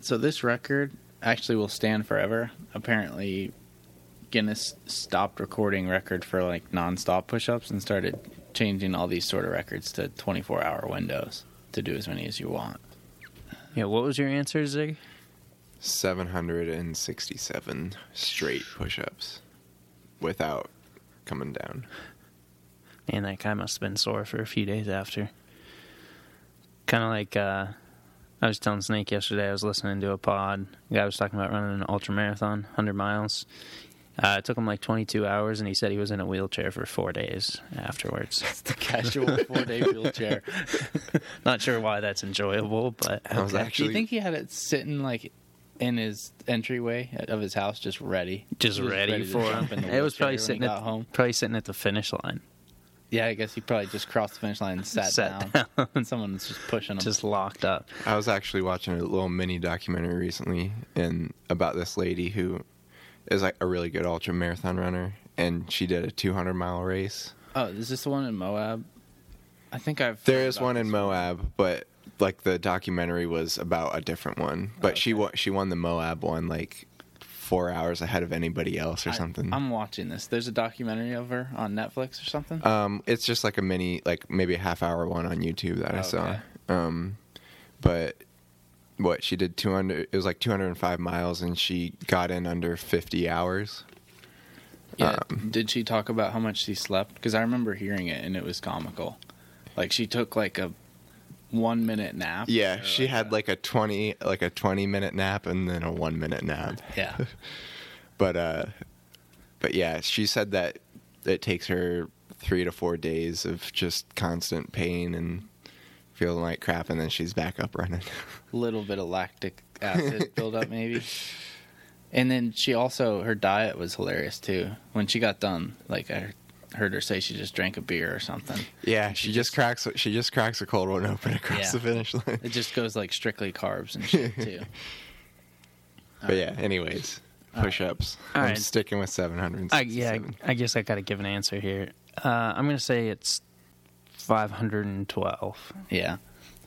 Speaker 3: so this record actually will stand forever. Apparently, Guinness stopped recording record for like nonstop push-ups and started changing all these sort of records to 24-hour windows to do as many as you
Speaker 4: (laughs)
Speaker 3: want.
Speaker 5: Yeah, what was your answer, Zig?
Speaker 4: 767 straight push-ups without coming down.
Speaker 5: Man, that guy must have been sore for a few days after. Kind of like uh, I was telling Snake yesterday. I was listening to a pod. The guy was talking about running an ultra marathon, hundred miles. Uh, it took him like 22 hours, and he said he was in a wheelchair for four days afterwards.
Speaker 3: The casual four-day wheelchair.
Speaker 5: (laughs) Not sure why that's enjoyable, but
Speaker 4: I was
Speaker 3: Do you
Speaker 4: actually
Speaker 3: think he had it sitting like in his entryway of his house, just ready,
Speaker 5: just
Speaker 3: He was
Speaker 5: ready,
Speaker 3: to
Speaker 5: for
Speaker 3: jump in
Speaker 5: him.
Speaker 3: the
Speaker 5: It was
Speaker 3: wheelchair
Speaker 5: probably
Speaker 3: when
Speaker 5: sitting
Speaker 3: he
Speaker 5: at
Speaker 3: got home?
Speaker 5: probably sitting at the finish line,
Speaker 3: Yeah, I guess he probably just crossed the finish line and sat,
Speaker 5: Sat
Speaker 3: down. (laughs) and Someone was just pushing him.
Speaker 5: just locked up.
Speaker 4: I was actually watching a little mini documentary recently and about this lady who is like a really good ultra marathon runner and she did a 200 mile race.
Speaker 3: oh, is this the one in Moab? I think I've.
Speaker 4: There
Speaker 3: heard
Speaker 4: is
Speaker 3: about
Speaker 4: one in
Speaker 3: this.
Speaker 4: Moab, but like the documentary was about a different one, but she won she won the Moab one like 4 hours ahead of anybody else or
Speaker 3: I-
Speaker 4: something.
Speaker 3: I'm watching this. There's a documentary of her on Netflix or something.
Speaker 4: Um, it's just like a mini, like maybe a half hour one on YouTube that I saw.
Speaker 3: Okay.
Speaker 4: Um, but what she did 200, it was like 205 miles and she got in under 50 hours.
Speaker 3: yeah.
Speaker 4: um,
Speaker 3: Did she talk about how much she slept? Because I remember hearing it and it was comical. Like she took like a one minute nap.
Speaker 4: Yeah.
Speaker 3: or,
Speaker 4: She had like a 20, like a 20 minute nap and then a one minute nap.
Speaker 3: Yeah.
Speaker 4: But, uh, but yeah, she said that it takes her three to four days of just constant pain and feeling like crap. And then she's back up running.
Speaker 3: little bit of lactic acid buildup, maybe. And then she also her diet was hilarious too. When she got done, like I heard her say, she just drank a beer or something.
Speaker 4: Yeah, she just cracks. She just cracks a cold one open across
Speaker 3: Yeah.
Speaker 4: the finish line.
Speaker 3: It just goes like strictly carbs and shit too.
Speaker 4: But yeah, anyways, push-ups.
Speaker 5: All
Speaker 4: I'm
Speaker 5: right.
Speaker 4: sticking with 700.
Speaker 5: I, yeah, I guess I got to give an answer here. Uh, I'm going to say it's 512.
Speaker 3: Yeah.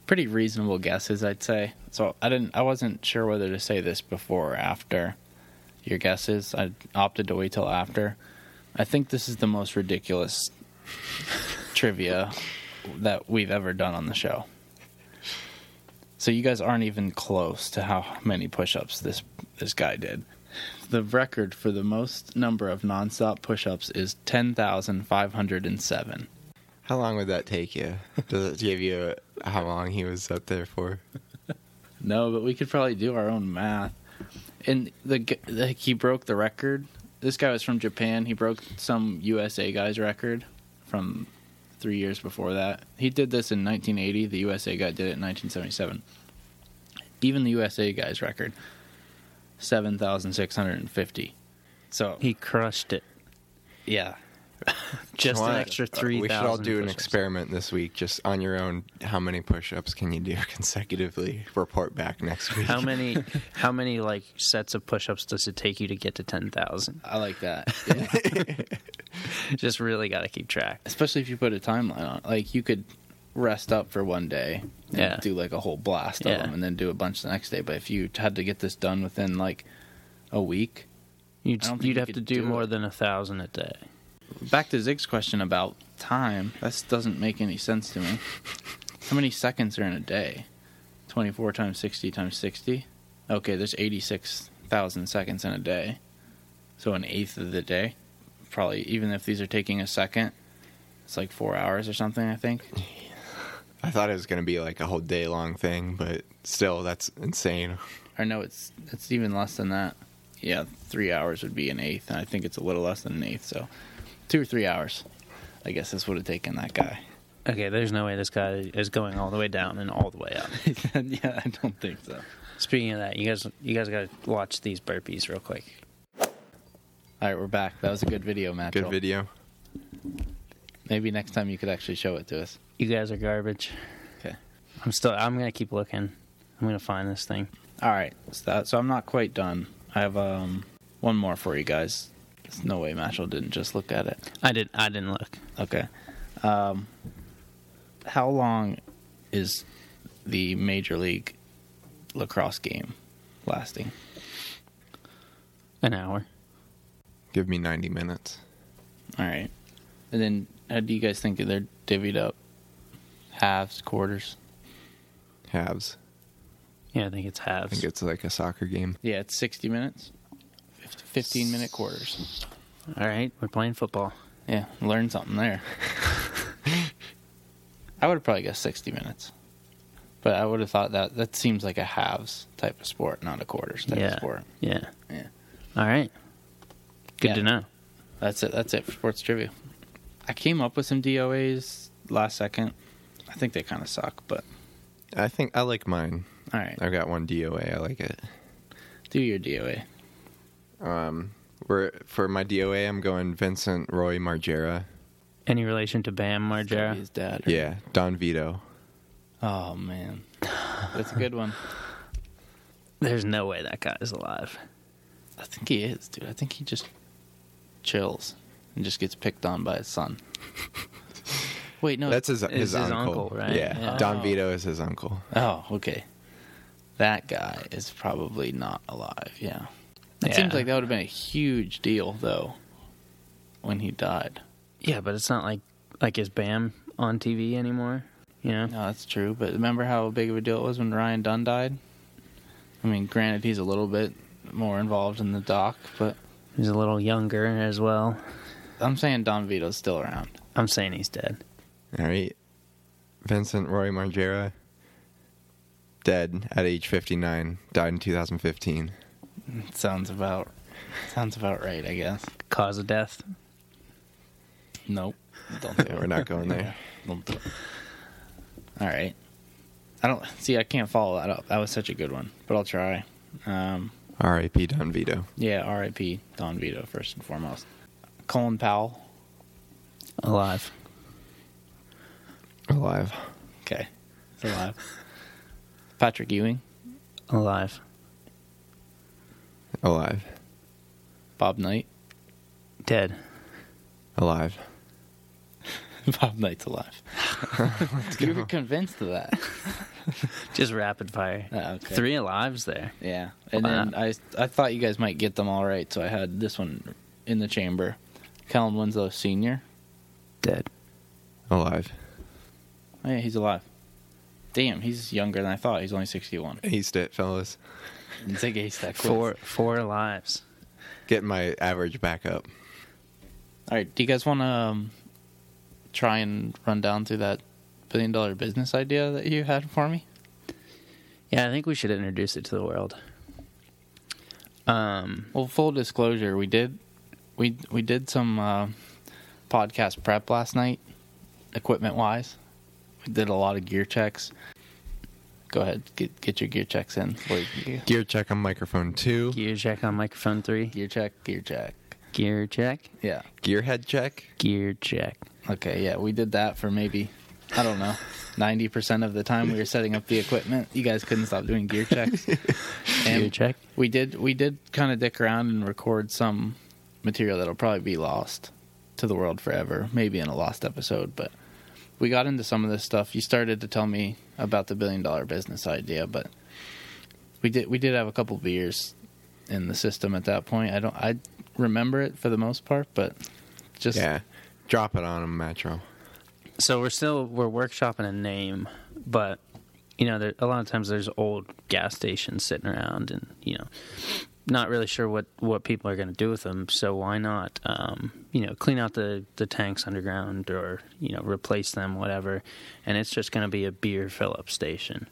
Speaker 3: Pretty reasonable guesses, I'd say. So I didn't I wasn't sure whether to say this before or after your guesses. I opted to wait till after. I think this is the most ridiculous (laughs) trivia that we've ever done on the show. So you guys aren't even close to how many push-ups this this guy did. The record for the most number of nonstop push-ups is 10,507.
Speaker 4: How long would that take you? Does it give you how long he was up there for?
Speaker 3: No, but we could probably do our own math. And the, g- the he broke the record. This guy was from Japan. He broke some USA guy's record from three years before that. He did this in 1980. The USA guy did it in 1977. Even the USA guy's record, seven thousand six hundred and fifty. So
Speaker 5: He crushed it.
Speaker 3: yeah,
Speaker 5: (laughs)
Speaker 3: Uh,
Speaker 5: Just
Speaker 4: Why-
Speaker 5: an extra three.
Speaker 4: Uh, We should all do an experiment this week, just on your own. How many push-ups can you do (laughs) consecutively? Report back next week.
Speaker 3: (laughs)
Speaker 5: How many? How many like sets of push-ups does it take you to get to ten thousand?
Speaker 3: I like that.
Speaker 5: Just really got to keep track.
Speaker 3: especially if you put a timeline on. it. Like you could rest up for one day and
Speaker 5: Yeah.
Speaker 3: do like a whole blast of
Speaker 5: Yeah.
Speaker 3: them, and then do a bunch the next day. But if you had to get this done within like a week,
Speaker 5: You'd
Speaker 3: I don't think
Speaker 5: you'd
Speaker 3: you
Speaker 5: have to
Speaker 3: could
Speaker 5: do,
Speaker 3: do
Speaker 5: more
Speaker 3: it.
Speaker 5: than a thousand a day.
Speaker 3: back to Zig's question about time. That doesn't make any sense to me. How many seconds are in a day? Twenty-four times sixty times sixty. Okay, there's eighty-six thousand seconds in a day. So an eighth of the day, probably. Even if these are taking a second, it's like four hours or something. I think.
Speaker 4: I thought it was going to be like a whole day-long thing, but still, that's insane.
Speaker 3: I know it's it's even less than that. Yeah, three hours would be an eighth, and I think it's a little less than an eighth. So, two or three hours, I guess this would have taken that guy. (laughs)
Speaker 5: Okay, there's no way this guy is going all the way down and all the way up.
Speaker 3: yeah, I don't think so.
Speaker 5: Speaking of that, you guys you guys got to watch these burpees real quick.
Speaker 3: All right, we're back. That was a good video, Matt.
Speaker 4: Good video.
Speaker 3: Maybe next time you could actually show it to us.
Speaker 5: You guys are garbage.
Speaker 3: Okay.
Speaker 5: I'm still. I'm gonna keep looking. I'm gonna find this thing.
Speaker 3: All right. So, that, so I'm not quite done. I have um one more for you guys. There's no way Matchell didn't just look at it.
Speaker 5: I didn't. I didn't look.
Speaker 3: Okay. Um, how long is the major league lacrosse game lasting?
Speaker 5: An hour.
Speaker 4: Give me 90 minutes.
Speaker 3: All right. And then, how do you guys think they're divvied up? Halves, quarters?
Speaker 4: Halves.
Speaker 5: Yeah, I think it's
Speaker 4: I think
Speaker 5: halves.
Speaker 4: it's like a soccer game.
Speaker 3: Yeah, it's 60 minutes, 50, 15 minute quarters.
Speaker 5: All right, we're playing football.
Speaker 3: Yeah, learn something there. (laughs) I would have probably guessed 60 minutes. But I would have thought that that seems like a halves type of sport, not a quarters type
Speaker 5: yeah.
Speaker 3: of sport.
Speaker 5: Yeah.
Speaker 3: Yeah.
Speaker 5: All right. Good
Speaker 3: Yeah.
Speaker 5: to know.
Speaker 3: That's it. That's it for sports trivia. I came up with some DOAs last second. I think they kind of suck, but
Speaker 4: I think I like mine.
Speaker 3: all right.
Speaker 4: I've got one DOA. I like it.
Speaker 3: Do your DOA.
Speaker 4: For, Um, for my DOA, I'm going Vincent Roy Margera.
Speaker 5: Any relation to Bam Margera?
Speaker 3: His dad. or-
Speaker 4: Yeah, Don Vito.
Speaker 3: Oh man, that's a good one.
Speaker 5: There's no way that guy is alive.
Speaker 3: I think he is, dude. I think he just chills and just gets picked on by his son. (laughs) Wait, no.
Speaker 4: That's his his,
Speaker 5: his
Speaker 4: uncle.
Speaker 5: uncle, right?
Speaker 4: Yeah.
Speaker 5: Yeah.
Speaker 4: Don
Speaker 3: Oh.
Speaker 4: Vito is his uncle.
Speaker 3: Oh, okay. That guy is probably not alive. Yeah. It
Speaker 5: Yeah.
Speaker 3: seems like that would have been a huge deal though when he died.
Speaker 5: Yeah, but it's not like like is Bam on TV anymore? You know?
Speaker 3: No, that's true. But remember how big of a deal it was when Ryan Dunn died? I mean, granted, he's a little bit more involved in the doc, but
Speaker 5: He's a little younger as well.
Speaker 3: I'm saying Don Vito's still around.
Speaker 5: I'm saying he's dead.
Speaker 4: All right. Vincent Roy Margera, dead at age 59, died in 2015.
Speaker 3: Sounds about sounds about right, I guess.
Speaker 5: Cause of death.
Speaker 3: Nope. Don't do
Speaker 4: Yeah,
Speaker 3: it.
Speaker 4: (laughs) we're not going
Speaker 3: Yeah,
Speaker 4: there.
Speaker 3: (laughs) Don't do it. All right. I don't see. I can't follow that up. That was such a good one, but I'll try. Um,
Speaker 4: R.I.P. Don Vito.
Speaker 3: yeah. R.I.P. Don Vito first and foremost. Colin Powell.
Speaker 5: Alive.
Speaker 4: Alive.
Speaker 3: Okay, he's alive. Patrick Ewing.
Speaker 5: Alive.
Speaker 4: Alive.
Speaker 3: Bob Knight.
Speaker 5: Dead.
Speaker 4: Alive.
Speaker 3: (laughs) Bob Knight's
Speaker 5: (laughs)
Speaker 3: alive. you were convinced of that.
Speaker 5: Just rapid fire.
Speaker 3: Ah, okay.
Speaker 5: Three lives there.
Speaker 3: Yeah, and
Speaker 5: Wow.
Speaker 3: then I I thought you guys might get them all right, so I had this one in the chamber. Kellen Winslow Senior.
Speaker 5: Dead.
Speaker 4: Alive.
Speaker 3: Oh yeah, he's alive. Damn, he's younger than I thought. He's only
Speaker 5: (laughs)
Speaker 3: sixty-one.
Speaker 4: Aced it, fellas.
Speaker 3: Didn't take ace that quiz.
Speaker 5: Four four lives.
Speaker 4: Getting my average back up.
Speaker 3: All right, do you guys want to um, try and run down through that billion-dollar business idea that you had for me?
Speaker 5: Yeah, I think we should introduce it to the world. Um,
Speaker 3: Well, full disclosure, we did we we did some uh, podcast prep last night, equipment wise. We did a lot of gear checks. Go ahead, get get your gear checks in. Wait,
Speaker 4: Gear check on microphone two.
Speaker 5: gear check on microphone three.
Speaker 3: gear check, gear check.
Speaker 5: Gear check.
Speaker 3: Yeah.
Speaker 4: Gear head check.
Speaker 5: Gear check.
Speaker 3: Okay. Yeah, we did that for maybe I don't know ninety percent of the time we were setting up the equipment. You guys couldn't stop doing gear checks. And
Speaker 5: Gear check.
Speaker 3: We did we did kind of dick around and record some material that'll probably be lost to the world forever, maybe in a lost episode, but we got into some of this stuff. You started to tell me about the billion dollar business idea, but we did we did have a couple beers in the system at that point. I don't I remember it for the most part, but just
Speaker 4: Yeah. Drop it on him, Metro.
Speaker 5: So we're still we're workshopping a name, but you know, there, a lot of times there's old gas stations sitting around, and you know, not really sure what what people are going to do with them. So why not, um, you know, clean out the the tanks underground or you know replace them, whatever. And it's just going to be a beer fill up station,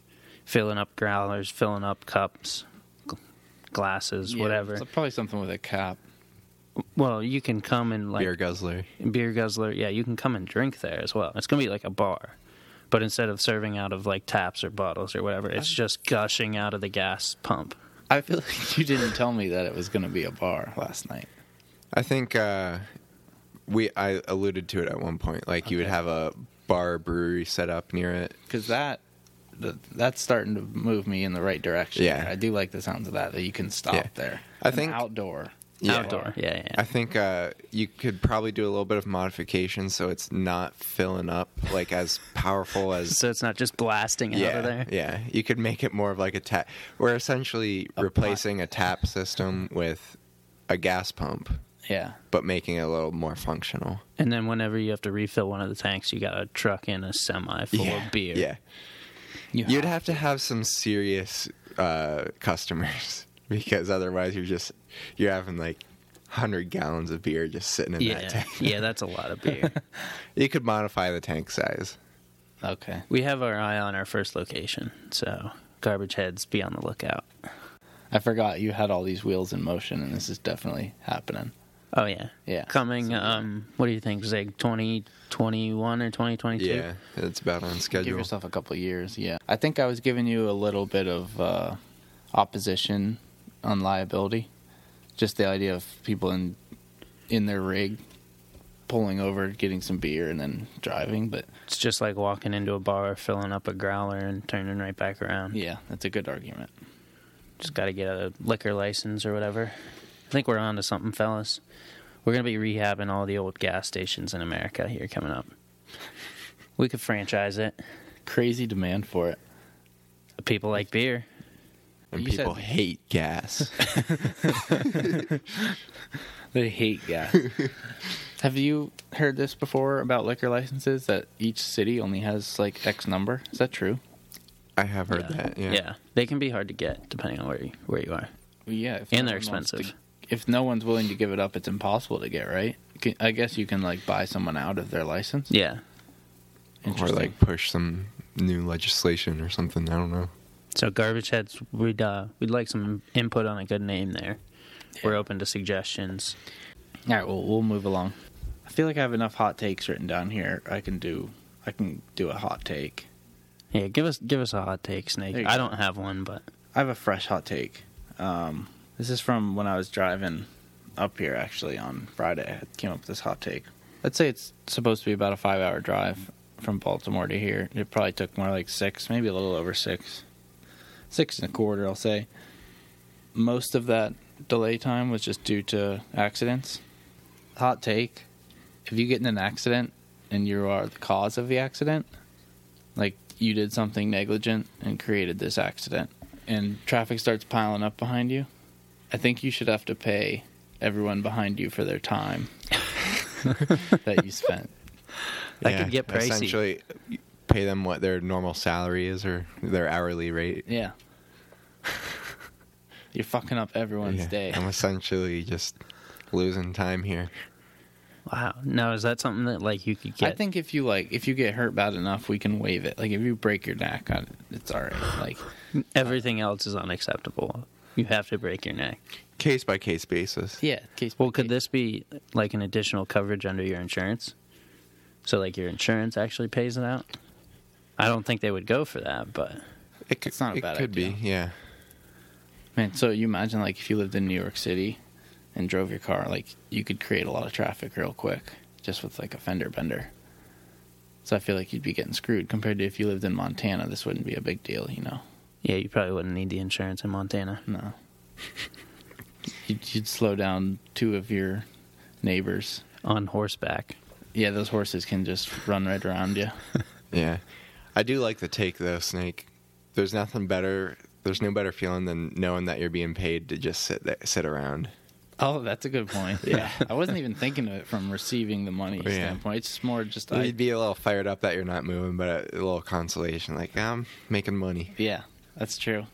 Speaker 5: filling up growlers, filling up cups, gl- glasses,
Speaker 3: yeah,
Speaker 5: whatever.
Speaker 3: it's probably something with a cap.
Speaker 5: Well, you can come and like
Speaker 4: Beer guzzler.
Speaker 5: beer guzzler yeah you can come and drink there as well it's gonna be like a bar but instead of serving out of like taps or bottles or whatever it's just gushing out of the gas pump
Speaker 3: I feel (laughs) like you didn't tell me that it was going to be a bar last night.
Speaker 4: I think uh, we I alluded to it at one point. Like you would have a bar brewery set up near it.
Speaker 3: because that th- that's starting to move me in the right direction.
Speaker 4: Yeah.
Speaker 3: here. I do like the sounds of that. That you can stop
Speaker 4: Yeah.
Speaker 3: there.
Speaker 4: I
Speaker 3: An
Speaker 4: think-
Speaker 3: outdoor.
Speaker 4: Yeah.
Speaker 5: outdoor yeah yeah,
Speaker 4: I think uh, you could probably do a little bit of modification so it's not filling up like as powerful as
Speaker 5: (laughs) so it's not just blasting out
Speaker 4: yeah
Speaker 5: of there
Speaker 4: yeah. You could make it more of like a tap. We're essentially replacing a tap system with a gas pump,
Speaker 3: Yeah,
Speaker 4: but making it a little more functional.
Speaker 5: and then whenever you have to refill one of the tanks you gotta truck in a semi full of beer
Speaker 4: Yeah,
Speaker 3: you
Speaker 4: you'd have to have some serious uh, customers (laughs) because otherwise you're just you're having like hundred gallons of beer just sitting in that
Speaker 5: yeah,
Speaker 4: tank.
Speaker 5: (laughs) yeah that's a lot of beer
Speaker 4: (laughs) You could modify the tank size.
Speaker 3: okay.
Speaker 5: we have our eye on our first location so garbage heads be on the lookout
Speaker 3: I forgot you had all these wheels in motion, and this is definitely happening.
Speaker 5: oh yeah
Speaker 3: Yeah.
Speaker 5: coming um what do you think zig 2021 or 2022
Speaker 4: Yeah, it's about on schedule.
Speaker 3: Give yourself a couple years. Yeah, I think I was giving you a little bit of uh, opposition on liability, just the idea of people in in their rig pulling over, getting some beer, and then driving. But
Speaker 5: It's just like walking into a bar, filling up a growler, and turning right back around.
Speaker 3: yeah, that's a good argument.
Speaker 5: Just got to get a liquor license or whatever. I think we're on to something, fellas. We're going to be rehabbing all the old gas stations in America here coming up. We could franchise it.
Speaker 3: Crazy demand for it.
Speaker 5: People like beer.
Speaker 4: and
Speaker 3: You said-
Speaker 4: people hate
Speaker 3: (laughs)
Speaker 4: gas.
Speaker 3: They hate gas. Have you heard this before about liquor licenses that each city only has like X number? Is that true?
Speaker 4: I have heard that. Yeah.
Speaker 5: They can be hard to get depending on where you, where you are.
Speaker 3: Yeah, if
Speaker 5: And
Speaker 3: no
Speaker 5: they're
Speaker 3: one wants to-
Speaker 5: expensive.
Speaker 3: if no one's willing to give it up, it's impossible to get, right? Can- I guess you can like buy someone out of their license.
Speaker 5: Yeah.
Speaker 4: Or
Speaker 3: Interesting.
Speaker 4: like push some new legislation or something. I don't know.
Speaker 5: So, Garbage Heads, we'd, uh, we'd like some input on a good name there. We're open to suggestions.
Speaker 3: All right, well, we'll move along. I feel like I have enough hot takes written down here. I can do I can do a hot take.
Speaker 5: Yeah, give us give us a hot take, Snake.
Speaker 3: There you
Speaker 5: I
Speaker 3: go.
Speaker 5: don't have one, but
Speaker 3: I have a fresh hot take. Um, this is from when I was driving up here actually on Friday. I came up with this hot take. Let's say it's supposed to be about a five hour drive from Baltimore to here. It probably took more like six, maybe a little over six. Six and a quarter, I'll say. Most of that delay time was just due to accidents. Hot take: If you get in an accident and you are the cause of the accident, like you did something negligent and created this accident, and traffic starts piling up behind you, I think you should have to pay everyone behind you for their
Speaker 4: (laughs)
Speaker 3: time that you spent.
Speaker 5: That could get pricey.
Speaker 4: Essentially, pay them what their normal salary is or their hourly rate.
Speaker 3: Yeah. You're fucking up everyone's
Speaker 4: Yeah.
Speaker 3: day.
Speaker 4: I'm essentially just losing time here.
Speaker 5: Wow. Now, is that something that like you could get?
Speaker 3: I think if you like, if you get hurt bad enough, we can waive it. Like if you break your neck, I- it's all right. Like
Speaker 5: everything else is unacceptable. You have to break your neck.
Speaker 4: Case by case basis.
Speaker 3: yeah. Case by
Speaker 5: Well, could
Speaker 3: case.
Speaker 5: this be like an additional coverage under your insurance? So, like, your insurance actually pays it out? I don't think they would go for that, but
Speaker 4: It could,
Speaker 3: It's not a
Speaker 4: it
Speaker 3: bad
Speaker 4: could be,
Speaker 3: idea.
Speaker 4: yeah.
Speaker 3: man? So you imagine like if you lived in New York City and drove your car, like you could create a lot of traffic real quick just with like a fender bender. So I feel like you'd be getting screwed compared to if you lived in Montana. This wouldn't be a big deal, you know.
Speaker 5: yeah, you probably wouldn't need the insurance in Montana.
Speaker 3: (laughs) No. you'd, you'd slow down two of your neighbors.
Speaker 5: On horseback.
Speaker 3: Yeah, those horses can just run right around you.
Speaker 4: Yeah. I do like the take though, Snake. There's nothing better there's no better feeling than knowing that you're being paid to just sit there, sit around.
Speaker 3: Oh, that's a good point. (laughs) Yeah, I wasn't even thinking of it from receiving the money
Speaker 4: Yeah.
Speaker 3: standpoint. It's just more just I,
Speaker 4: You'd be a little fired up that you're not moving, but a, a little consolation, like I'm making money.
Speaker 3: yeah, that's true.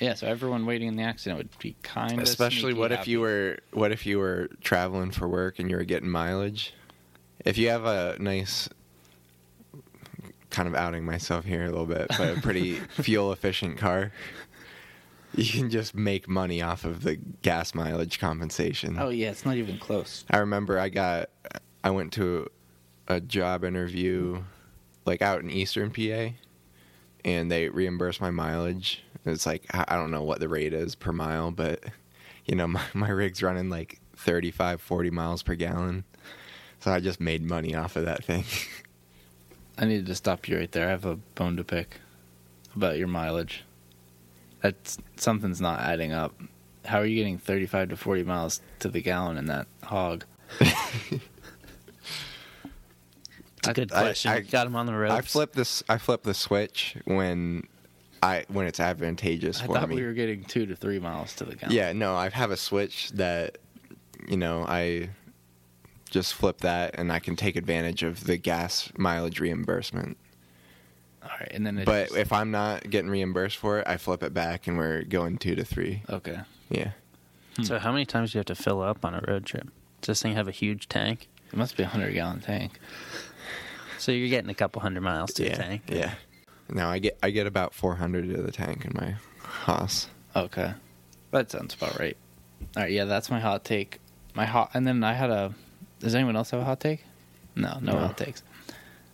Speaker 3: Yeah, so everyone waiting in the accident would be kind of
Speaker 4: Especially what if you were what if you were traveling for work and you were getting mileage? If you have a nice kind of outing myself here a little bit, but a pretty fuel efficient car. You can just make money off of the gas mileage compensation.
Speaker 3: Oh yeah, it's not even close.
Speaker 4: I remember I got I went to a job interview like out in Eastern PA and they reimbursed my mileage. It's like I I don't know what the rate is per mile, but you know (laughs) my, my rig's running like 35 40 miles per gallon. So I just made money off of that thing. (laughs)
Speaker 3: I needed to stop you right there. I have a bone to pick about your mileage. That's something's not adding up. How are you getting thirty-five to forty miles to the gallon in that hog?
Speaker 5: It's a good
Speaker 4: I-
Speaker 5: question.
Speaker 4: I-
Speaker 5: Got him on the road.
Speaker 4: I flip this I flip the switch when I when it's advantageous
Speaker 3: I
Speaker 4: for
Speaker 3: thought
Speaker 4: me.
Speaker 3: we were getting two to three miles to the gallon.
Speaker 4: Yeah, no, I have a switch that you know I just flip that and I can take advantage of the gas mileage reimbursement.
Speaker 3: All right, and then it
Speaker 4: But
Speaker 3: just-
Speaker 4: if I'm not getting reimbursed for it, I flip it back and we're going two to three.
Speaker 3: okay,
Speaker 4: Yeah,
Speaker 5: So, how many times do you have to fill up on a road trip? Does this thing have a huge tank?
Speaker 3: it must be a hundred-gallon tank.
Speaker 5: So, you're getting a couple hundred miles to
Speaker 4: yeah,
Speaker 5: the tank.
Speaker 4: yeah. Now I get I get about 400 to the tank in my Haas.
Speaker 3: Okay. That sounds about right. All right, yeah, that's my hot take. My hot and then I had a Does anyone else have a hot take? No, no,
Speaker 4: No.
Speaker 3: hot takes.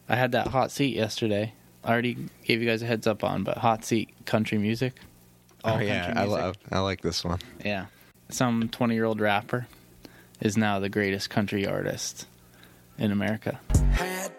Speaker 3: I had that hot seat yesterday. I already gave you guys a heads up on, but hot seat country music. All
Speaker 4: oh (laughs) yeah,
Speaker 3: country
Speaker 4: I
Speaker 3: music.
Speaker 4: love I like this one.
Speaker 3: Yeah. Some 20 year old rapper is now the greatest country artist in America.
Speaker 1: Hat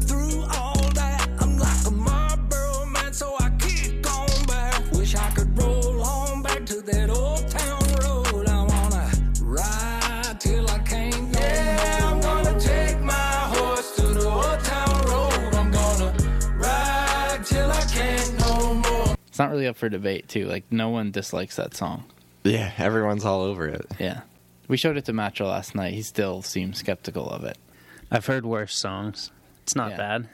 Speaker 1: through all that. I'm like a Marlboro man, so I kick on back. Wish I could roll on back to that old town road. I wanna ride till I can't no yeah, I'm gonna take my horse to the old town road. I'm gonna ride till I can't no more.
Speaker 3: It's not really up for debate, too. Like, no one dislikes that song.
Speaker 4: Yeah, everyone's all over it.
Speaker 3: Yeah. We showed it to Macho last night. He still seems skeptical of it.
Speaker 5: I've heard worse songs. It's not
Speaker 3: Yeah.
Speaker 5: bad.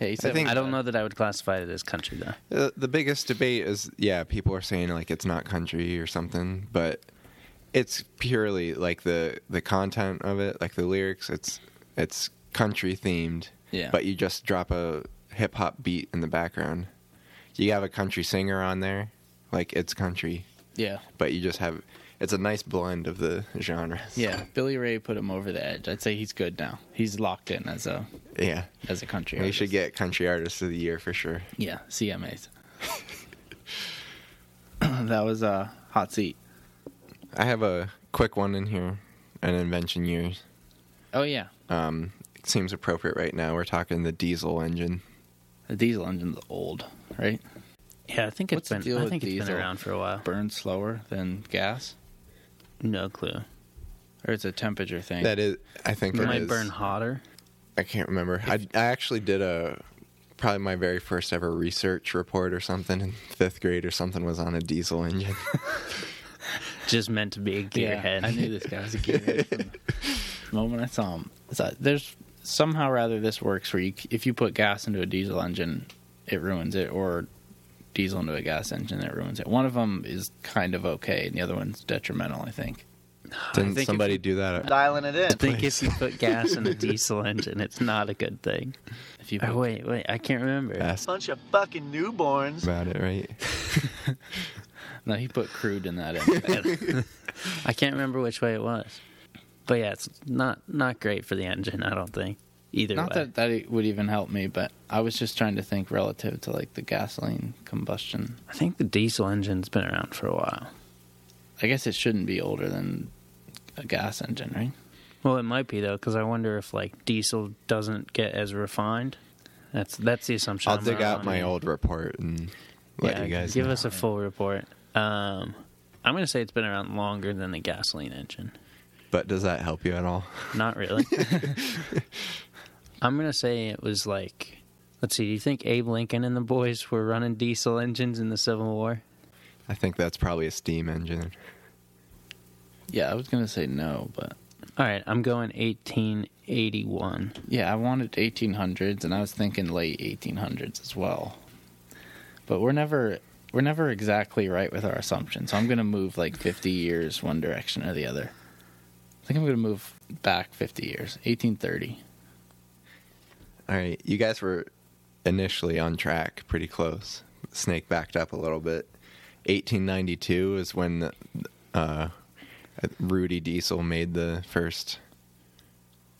Speaker 3: Yeah, he said
Speaker 4: think-
Speaker 5: I don't know that I would classify it as country, though.
Speaker 4: Uh, The, the biggest debate is yeah, people are saying like it's not country or something, but it's purely like the the content of it, like the lyrics. It's it's country themed,
Speaker 3: Yeah.
Speaker 4: But you just drop a hip hop beat in the background. You have a country singer on there, like it's country,
Speaker 3: Yeah,
Speaker 4: but you just have it's a nice blend of the genres.
Speaker 3: yeah. Billy Ray put him over the edge. I'd say he's good now. He's locked in as a
Speaker 4: yeah.
Speaker 3: as a country.
Speaker 4: We
Speaker 3: artist.
Speaker 4: should get country artist of the year for sure.
Speaker 3: yeah (coughs) CMAs. that was a uh, hot seat.
Speaker 4: I have a quick one in here, an invention year.
Speaker 3: Oh yeah,
Speaker 4: Um, it seems appropriate right now. We're talking the diesel engine.
Speaker 3: the diesel engine's old, right?
Speaker 5: Yeah, I think
Speaker 3: What's
Speaker 5: it's
Speaker 3: the
Speaker 5: been.
Speaker 3: deal
Speaker 5: I
Speaker 3: with
Speaker 5: think it's been
Speaker 3: diesel?
Speaker 5: around for a while.
Speaker 3: Burns slower than gas,
Speaker 5: No clue.
Speaker 3: or it's a temperature thing.
Speaker 4: That is, I think
Speaker 5: It
Speaker 4: it
Speaker 5: might
Speaker 4: is.
Speaker 5: burn hotter.
Speaker 4: I can't remember. I, I actually did a probably my very first ever research report or something in fifth grade or something was on a diesel
Speaker 5: (laughs)
Speaker 4: engine.
Speaker 5: Just meant to be a
Speaker 3: yeah,
Speaker 5: gearhead.
Speaker 3: I knew this guy was a gearhead from
Speaker 5: (laughs)
Speaker 3: the moment I saw him. So there's somehow or other this works where you, if you put gas into a diesel engine, it ruins it, or diesel into a gas engine, it ruins it. One of them is kind of okay, and the other one's detrimental. I think.
Speaker 4: (laughs) Didn't
Speaker 5: think if
Speaker 4: somebody do that?
Speaker 6: Dialing it in.
Speaker 5: I (laughs) think if you put gas in a diesel engine, it's not a good thing.
Speaker 3: If you put
Speaker 5: Oh, wait, wait, I can't remember.
Speaker 4: Asked
Speaker 6: Bunch of fucking newborns.
Speaker 4: about it, right?
Speaker 3: no, he put crude in
Speaker 5: (laughs)
Speaker 3: that engine.
Speaker 5: I can't remember which way it was. But yeah, it's not not great for the engine. I don't think either
Speaker 3: Not
Speaker 5: way.
Speaker 3: that that it would even help me, but I was just trying to think relative to like the gasoline combustion.
Speaker 5: I think the diesel engine's been around for a while.
Speaker 3: I guess it shouldn't be older than a gas engine, right?
Speaker 5: Well, it might be though, because I wonder if like diesel doesn't get as refined. That's that's the assumption.
Speaker 4: I'll
Speaker 5: I'm
Speaker 4: dig
Speaker 5: not
Speaker 4: out
Speaker 5: on
Speaker 4: my
Speaker 5: it.
Speaker 4: old report and let
Speaker 5: yeah,
Speaker 4: you guys
Speaker 5: give
Speaker 4: know.
Speaker 5: us a full report. Um, I'm gonna say it's been around longer than the gasoline engine.
Speaker 4: But does that help you at all?
Speaker 5: Not
Speaker 4: (laughs)
Speaker 5: really. I'm gonna say it was like, let's see. Do you think Abe Lincoln and the boys were running diesel engines in the Civil War?
Speaker 4: I think that's probably a steam engine.
Speaker 3: Yeah, I was gonna say no, but
Speaker 5: All right, I'm going 1881.
Speaker 3: yeah, I wanted 1800s, and I was thinking late 1800s as well. But we're never we're never exactly right with our assumptions, so I'm gonna move like 50 years one direction or the other. I think I'm gonna move back 50 years, 1830.
Speaker 4: All right, you guys were initially on track, pretty close. Snake backed up a little bit. 1892 is when the, uh, Rudy Diesel made the first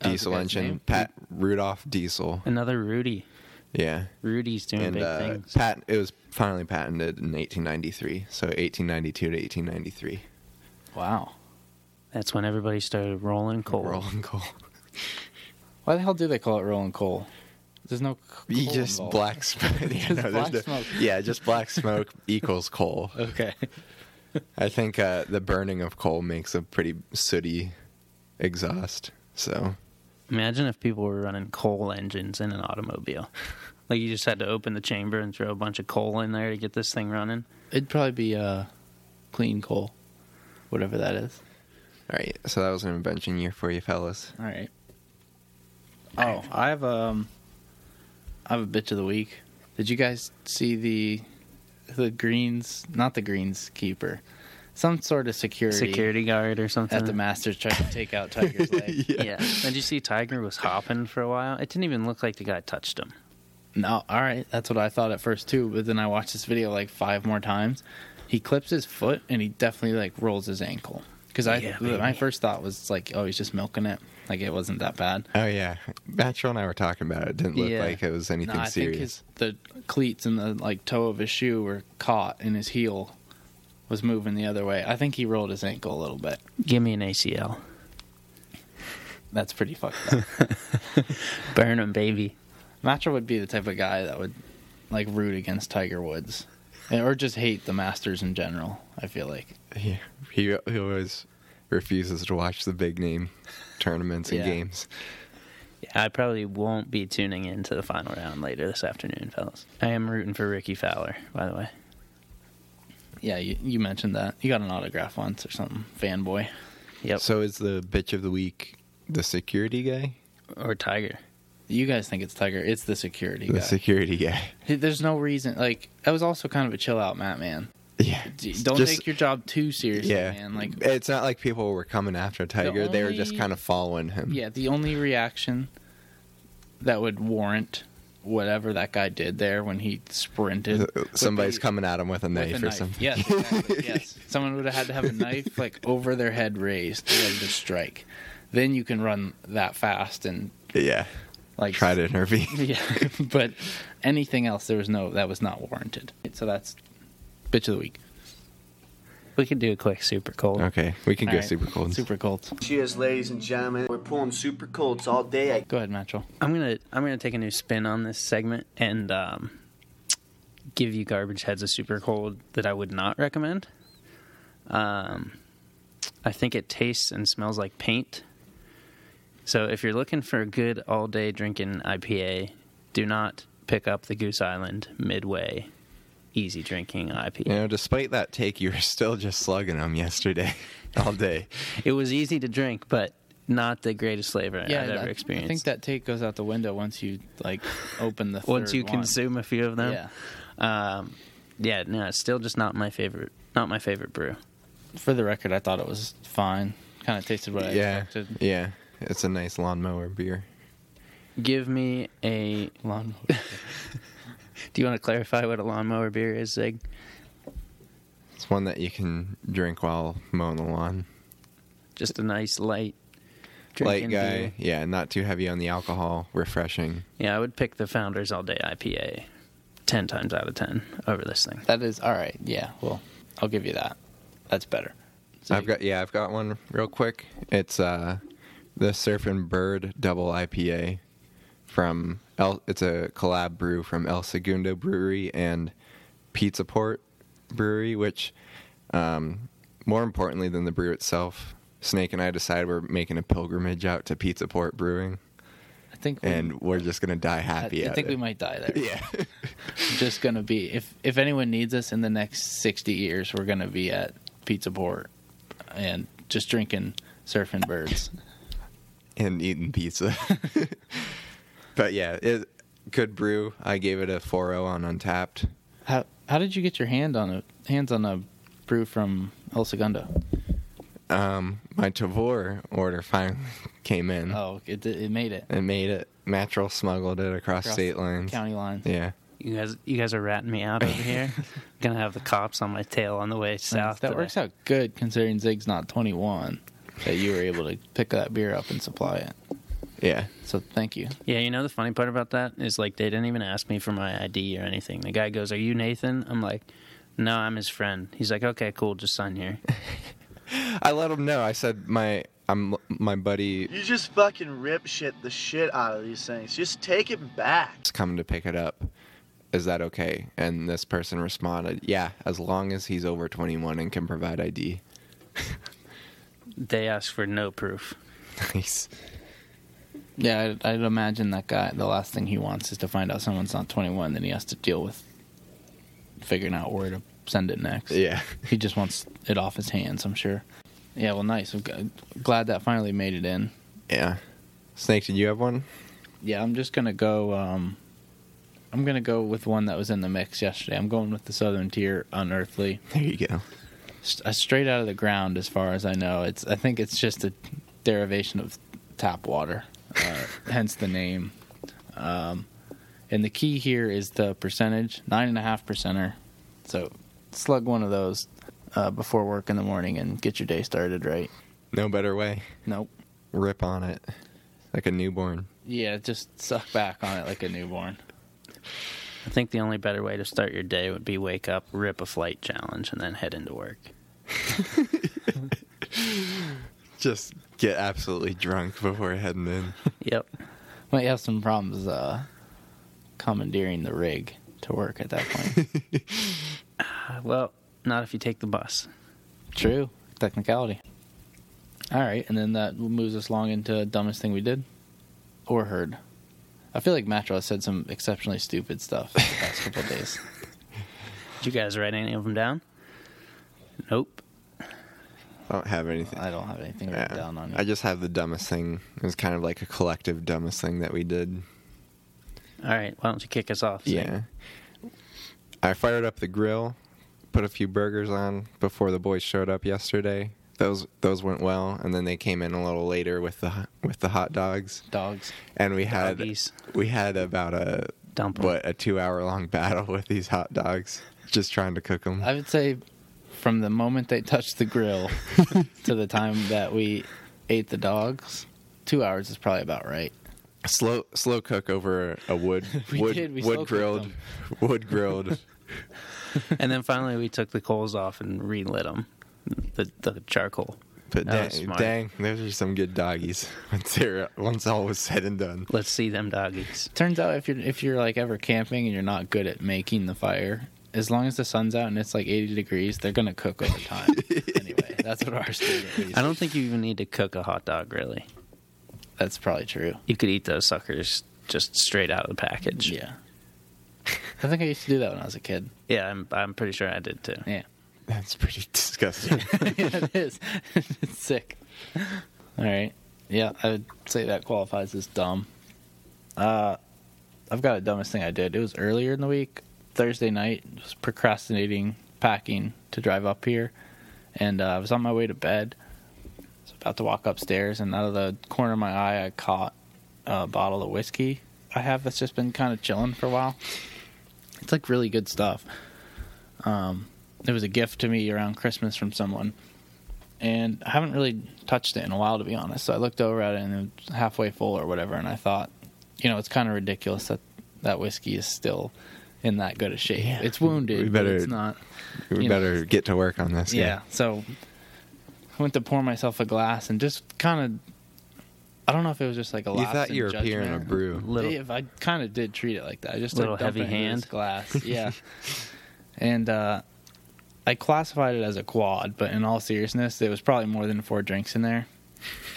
Speaker 3: That was the
Speaker 4: diesel
Speaker 3: guy's
Speaker 4: engine.
Speaker 3: name?
Speaker 4: Pat Rudolph Diesel.
Speaker 5: Another Rudy.
Speaker 4: Yeah.
Speaker 5: Rudy's
Speaker 3: Oh,
Speaker 5: doing
Speaker 4: And
Speaker 5: big
Speaker 4: uh,
Speaker 5: things.
Speaker 4: pat- it was finally patented in 1893. So 1892 to 1893.
Speaker 3: Wow,
Speaker 5: That's when everybody started rolling coal.
Speaker 4: Rolling coal.
Speaker 3: why the hell do they call it rolling coal? There's no c-
Speaker 4: You
Speaker 3: coal
Speaker 4: (laughs) just
Speaker 3: involved.
Speaker 4: black smoke. (laughs) Yeah,
Speaker 3: Just
Speaker 4: no, there's
Speaker 3: black
Speaker 4: no-
Speaker 3: smoke.
Speaker 4: yeah, just black smoke equals coal.
Speaker 3: (laughs) Okay,
Speaker 4: I think uh, the burning of coal makes a pretty sooty exhaust. So
Speaker 5: Imagine if people were running coal engines in an automobile. Like you just had to open the chamber and throw a bunch of coal in there to get this thing running.
Speaker 3: it'd probably be uh, clean coal, whatever that is.
Speaker 4: all right, so that was an invention year for you fellas.
Speaker 3: All right. Oh, I have um, I have a bitch of the week. Did you guys see the the greens? Not the greens keeper, some sort of security,
Speaker 5: Security guard or something.
Speaker 3: at the Masters trying to take out Tiger's
Speaker 5: (laughs)
Speaker 3: leg.
Speaker 5: yeah. Did you see Tiger was hopping for a while? It didn't even look like the guy touched him.
Speaker 3: No, all right, that's what I thought at first too. But then I watched this video like five more times. He clips his foot and he definitely like rolls his ankle. Because I,
Speaker 5: Yeah,
Speaker 3: my
Speaker 5: baby.
Speaker 3: first thought was like, oh, he's just milking it. Like it wasn't that bad.
Speaker 4: Oh yeah, Macho and I were talking about it. It didn't look
Speaker 5: Yeah.
Speaker 4: like it was anything
Speaker 3: No, I
Speaker 4: serious.
Speaker 3: think his the cleats and the like toe of his shoe were caught, and his heel was moving the other way. I think he rolled his ankle a little bit.
Speaker 5: Give me an ACL.
Speaker 3: That's pretty
Speaker 4: (laughs)
Speaker 3: fucked up.
Speaker 5: Burn him, baby.
Speaker 3: Matcher would be the type of guy that would like root against Tiger Woods, and, or just hate the Masters in general. I feel like
Speaker 4: he, he he always refuses to watch the big name tournaments and
Speaker 3: Yeah.
Speaker 4: games.
Speaker 5: I probably won't be tuning into the final round later this afternoon, fellas. I am rooting for Ricky Fowler, by the way.
Speaker 3: yeah, you, you mentioned that you got an autograph once or something, fanboy.
Speaker 5: Yep.
Speaker 4: So is the bitch of the week the security guy?
Speaker 5: or Tiger.
Speaker 3: You guys think it's Tiger? It's the security
Speaker 4: The
Speaker 3: guy.
Speaker 4: security guy. (laughs)
Speaker 3: There's no reason. Like that was also kind of a chill out, Matt. Man,
Speaker 4: Yeah.
Speaker 3: don't
Speaker 4: Just-
Speaker 3: take your job too seriously,
Speaker 4: yeah.
Speaker 3: man. Like
Speaker 4: it's not like people were coming after Tiger. They were just
Speaker 3: only-
Speaker 4: kind of following him.
Speaker 3: Yeah, the only reaction that would warrant whatever that guy did there when he sprinted. would
Speaker 4: Somebody's
Speaker 3: be
Speaker 4: coming at him with a
Speaker 3: with
Speaker 4: knife,
Speaker 3: a
Speaker 4: or something.
Speaker 3: Yes, exactly,
Speaker 4: (laughs)
Speaker 3: yes. Someone would have had to have a knife like over their head raised ready to strike. Then you can run that fast and
Speaker 4: Yeah.
Speaker 3: like
Speaker 4: Try to intervene.
Speaker 3: (laughs) Yeah, but anything else, there was no that was not warranted. So that's bitch of the week.
Speaker 5: We could do a quick super cold.
Speaker 4: Okay, we can
Speaker 3: All
Speaker 4: go
Speaker 3: right.
Speaker 4: super cold.
Speaker 3: Super cold.
Speaker 6: Cheers, ladies and gentlemen. We're pulling super colds all day.
Speaker 3: Go ahead, Metro.
Speaker 5: I'm gonna I'm gonna take a new spin on this segment and um, give you garbage heads a super cold that I would not recommend. Um, I think it tastes and smells like paint. So if you're looking for a good all day drinking IPA, do not pick up the Goose Island Midway Easy Drinking IPA.
Speaker 4: You know, despite that take, you were still just slugging them yesterday, (laughs) all day.
Speaker 5: It was easy to drink, but not the greatest flavor I've
Speaker 3: that-
Speaker 5: ever experienced.
Speaker 3: I think that take goes out the window once you like open (laughs) the.
Speaker 5: once
Speaker 3: third
Speaker 5: you
Speaker 3: one.
Speaker 5: consume a few of them.
Speaker 3: Yeah.
Speaker 5: Um, yeah, no, it's still just not my favorite. Not my favorite brew.
Speaker 3: For the record, I thought it was fine. Kind of tasted what I
Speaker 4: yeah,
Speaker 3: expected.
Speaker 4: yeah. It's a nice lawnmower beer.
Speaker 5: Give me a.
Speaker 3: Lawn-
Speaker 5: (laughs) Do you want to clarify what a lawnmower beer is, Zig?
Speaker 4: It's one that you can drink while mowing the lawn.
Speaker 5: Just a nice light.
Speaker 4: Light
Speaker 5: drinking
Speaker 4: guy,
Speaker 5: beer.
Speaker 4: yeah, not too heavy on the alcohol, refreshing.
Speaker 5: Yeah, I would pick the Founders All Day IPA, ten times out of ten over this thing.
Speaker 3: That is all right. Yeah. Well, I'll give you that. That's better. So
Speaker 4: I've
Speaker 3: you-
Speaker 4: got yeah, I've got one real quick. It's uh the Surf and Bird Double IPA from El it's a collab brew from El Segundo Brewery and Pizza Port Brewery, which um more importantly than the brew itself, Snake and I decided we're making a pilgrimage out to Pizza Port Brewing
Speaker 3: I think. We,
Speaker 4: and we're just gonna die
Speaker 3: I,
Speaker 4: happy.
Speaker 3: I
Speaker 4: out
Speaker 3: Uh, think we
Speaker 4: there.
Speaker 3: might die (laughs) there.
Speaker 4: (laughs) Yeah.
Speaker 3: Just gonna be if if anyone needs us in the next sixty years, we're gonna be at Pizza Port and just drinking surfing birds.
Speaker 4: and eating pizza. (laughs) but yeah, it good brew. I gave it a 4.0 on Untapped.
Speaker 3: (laughs) How how did you get your hand on a hands on a brew from El Segundo?
Speaker 4: Um, my Tavor order finally (laughs) came in
Speaker 3: Oh, it did- it made it
Speaker 4: and made it. Mattrell smuggled it across,
Speaker 3: Across
Speaker 4: state lines.
Speaker 3: county lines.
Speaker 4: Yeah.
Speaker 5: You guys, you guys are ratting me out over (laughs) here. gonna have the cops on my tail on the way south.
Speaker 3: that
Speaker 5: today.
Speaker 3: works out good considering Zig's not twenty one. That you were able to pick that beer up and supply it.
Speaker 4: Yeah.
Speaker 3: So thank you.
Speaker 5: Yeah, you know the funny part about that is like they didn't even ask me for my ID or anything. The guy goes, "Are you Nathan?" I'm like, "No, I'm his friend." He's like, "Okay, cool, just sign here."
Speaker 4: I let him know. I said my I'm my buddy
Speaker 6: You just fucking rip shit the shit out of these things. Just take it back.
Speaker 4: is coming to pick it up. Is that okay? And this person responded, "Yeah, as long as he's over 21 and can provide ID."
Speaker 5: They ask for no proof.
Speaker 4: (laughs) Nice.
Speaker 3: Yeah, I'd, I'd imagine that guy. The last thing he wants is to find out someone's not 21. Then he has to deal with figuring out where to send it next.
Speaker 4: Yeah.
Speaker 3: he just wants it off his hands. I'm sure. Yeah, well, nice. I'm g- glad that finally made it in.
Speaker 4: Yeah. Snake, did you have one?
Speaker 3: Yeah, I'm just gonna go. Um, I'm gonna go with one that was in the mix yesterday. I'm going with the Southern Tier Unearthly.
Speaker 4: There you go.
Speaker 3: St- uh, straight out of the ground, as far as I know. It's. I think it's just a derivation of tap water, (laughs) uh, hence the name. Um, and the key here is the percentage, nine and a half percenter. So, slug one of those uh, before work in the morning and get your day started right.
Speaker 4: No better way.
Speaker 3: Nope.
Speaker 4: Rip on it, like a newborn.
Speaker 3: Yeah, just suck back on it like a newborn.
Speaker 5: I think the only better way to start your day would be wake up, rip a flight challenge, and then head into work.
Speaker 4: Just get absolutely drunk before heading in.
Speaker 5: Yep.
Speaker 3: Might have some problems uh, commandeering the rig to work at that (laughs) point.
Speaker 5: Well, not if you take the bus.
Speaker 3: True. Technicality. All right, and then that moves us along into dumbest thing we did or heard. I feel like Matro has said some exceptionally stupid stuff the (laughs) past couple of days.
Speaker 5: Did you guys write any of them down? Nope.
Speaker 4: I don't have anything.
Speaker 3: I don't have anything
Speaker 4: Yeah.
Speaker 3: written down on
Speaker 4: I
Speaker 3: it.
Speaker 4: just have the dumbest thing. It was kind of like a collective dumbest thing that we did.
Speaker 5: All right. Why don't you kick us off? Zane?
Speaker 4: Yeah. I fired up the grill, put a few burgers on before the boys showed up yesterday. Those those went well, and then they came in a little later with the with the hot dogs,
Speaker 3: Dogs.
Speaker 4: and we had
Speaker 5: Doggies.
Speaker 4: we had about a
Speaker 5: Dump 'em.
Speaker 4: what a two hour long (laughs) battle with these hot dogs, just trying to cook them.
Speaker 3: I would say from the moment they touched the
Speaker 4: (laughs)
Speaker 3: grill to the time that we ate the dogs, two hours is probably about right.
Speaker 4: slow slow cook over a wood
Speaker 3: (laughs) We
Speaker 4: wood,
Speaker 3: did, we
Speaker 4: wood
Speaker 3: slow-cooked
Speaker 4: grilled wood grilled
Speaker 3: (laughs)
Speaker 5: And then finally, we took the coals off and relit them. the, the charcoal.
Speaker 4: But
Speaker 5: That was
Speaker 4: dang,
Speaker 5: smart.
Speaker 4: dang, those are some good doggies. (laughs) Once they're once all was said and done.
Speaker 5: Let's see them doggies.
Speaker 3: Turns out if you're if you're like ever camping and you're not good at making the fire, as long as the sun's out and it's like 80 degrees, they're gonna cook over
Speaker 5: (laughs)
Speaker 3: time. anyway, that's what our student leads.
Speaker 5: I don't think you even need to cook a hot dog, really.
Speaker 3: That's probably true.
Speaker 5: You could eat those suckers just straight out of the package.
Speaker 3: Yeah. I think I used to do that when I was a
Speaker 5: (laughs)
Speaker 3: kid. (laughs)
Speaker 5: Yeah, I'm, I'm pretty sure I did too.
Speaker 3: Yeah.
Speaker 4: That's pretty disgusting.
Speaker 3: yeah, it is. (laughs) it's sick. All right. Yeah, I would say that qualifies as dumb. Uh, I've got a dumbest thing I did. It was earlier in the week, Thursday night. Was procrastinating packing to drive up here, and uh, I was on my way to bed. I was about to walk upstairs, and out of the corner of my eye, I caught a bottle of whiskey I have that's just been kind of chilling for a while. It's like really good stuff Um, it was a gift to me around Christmas from someone, and I haven't really touched it in a while, to be honest. So I looked over at it and it was halfway full or whatever, and I thought, you know, it's kind of ridiculous that that whiskey is still in that good a shape. It's wounded,
Speaker 4: We
Speaker 3: but
Speaker 4: better-
Speaker 3: it's not.
Speaker 4: (laughs) we
Speaker 3: (laughs) You know,
Speaker 4: better get to work on this.
Speaker 3: Yeah. So I went to pour myself a glass and just kind of. I don't know if it was just like a
Speaker 4: You
Speaker 3: lapse
Speaker 4: thought
Speaker 3: in
Speaker 4: you were peering a
Speaker 3: judgment.
Speaker 4: brew.
Speaker 5: Little-
Speaker 3: Yeah, if I kind of did treat it like that. I just
Speaker 5: Little
Speaker 3: like dumped
Speaker 5: heavy
Speaker 3: it into
Speaker 5: hand.
Speaker 3: this (laughs) glass. Yeah, and uh, I classified it as a quad, but in all seriousness, there was probably more than four drinks in there.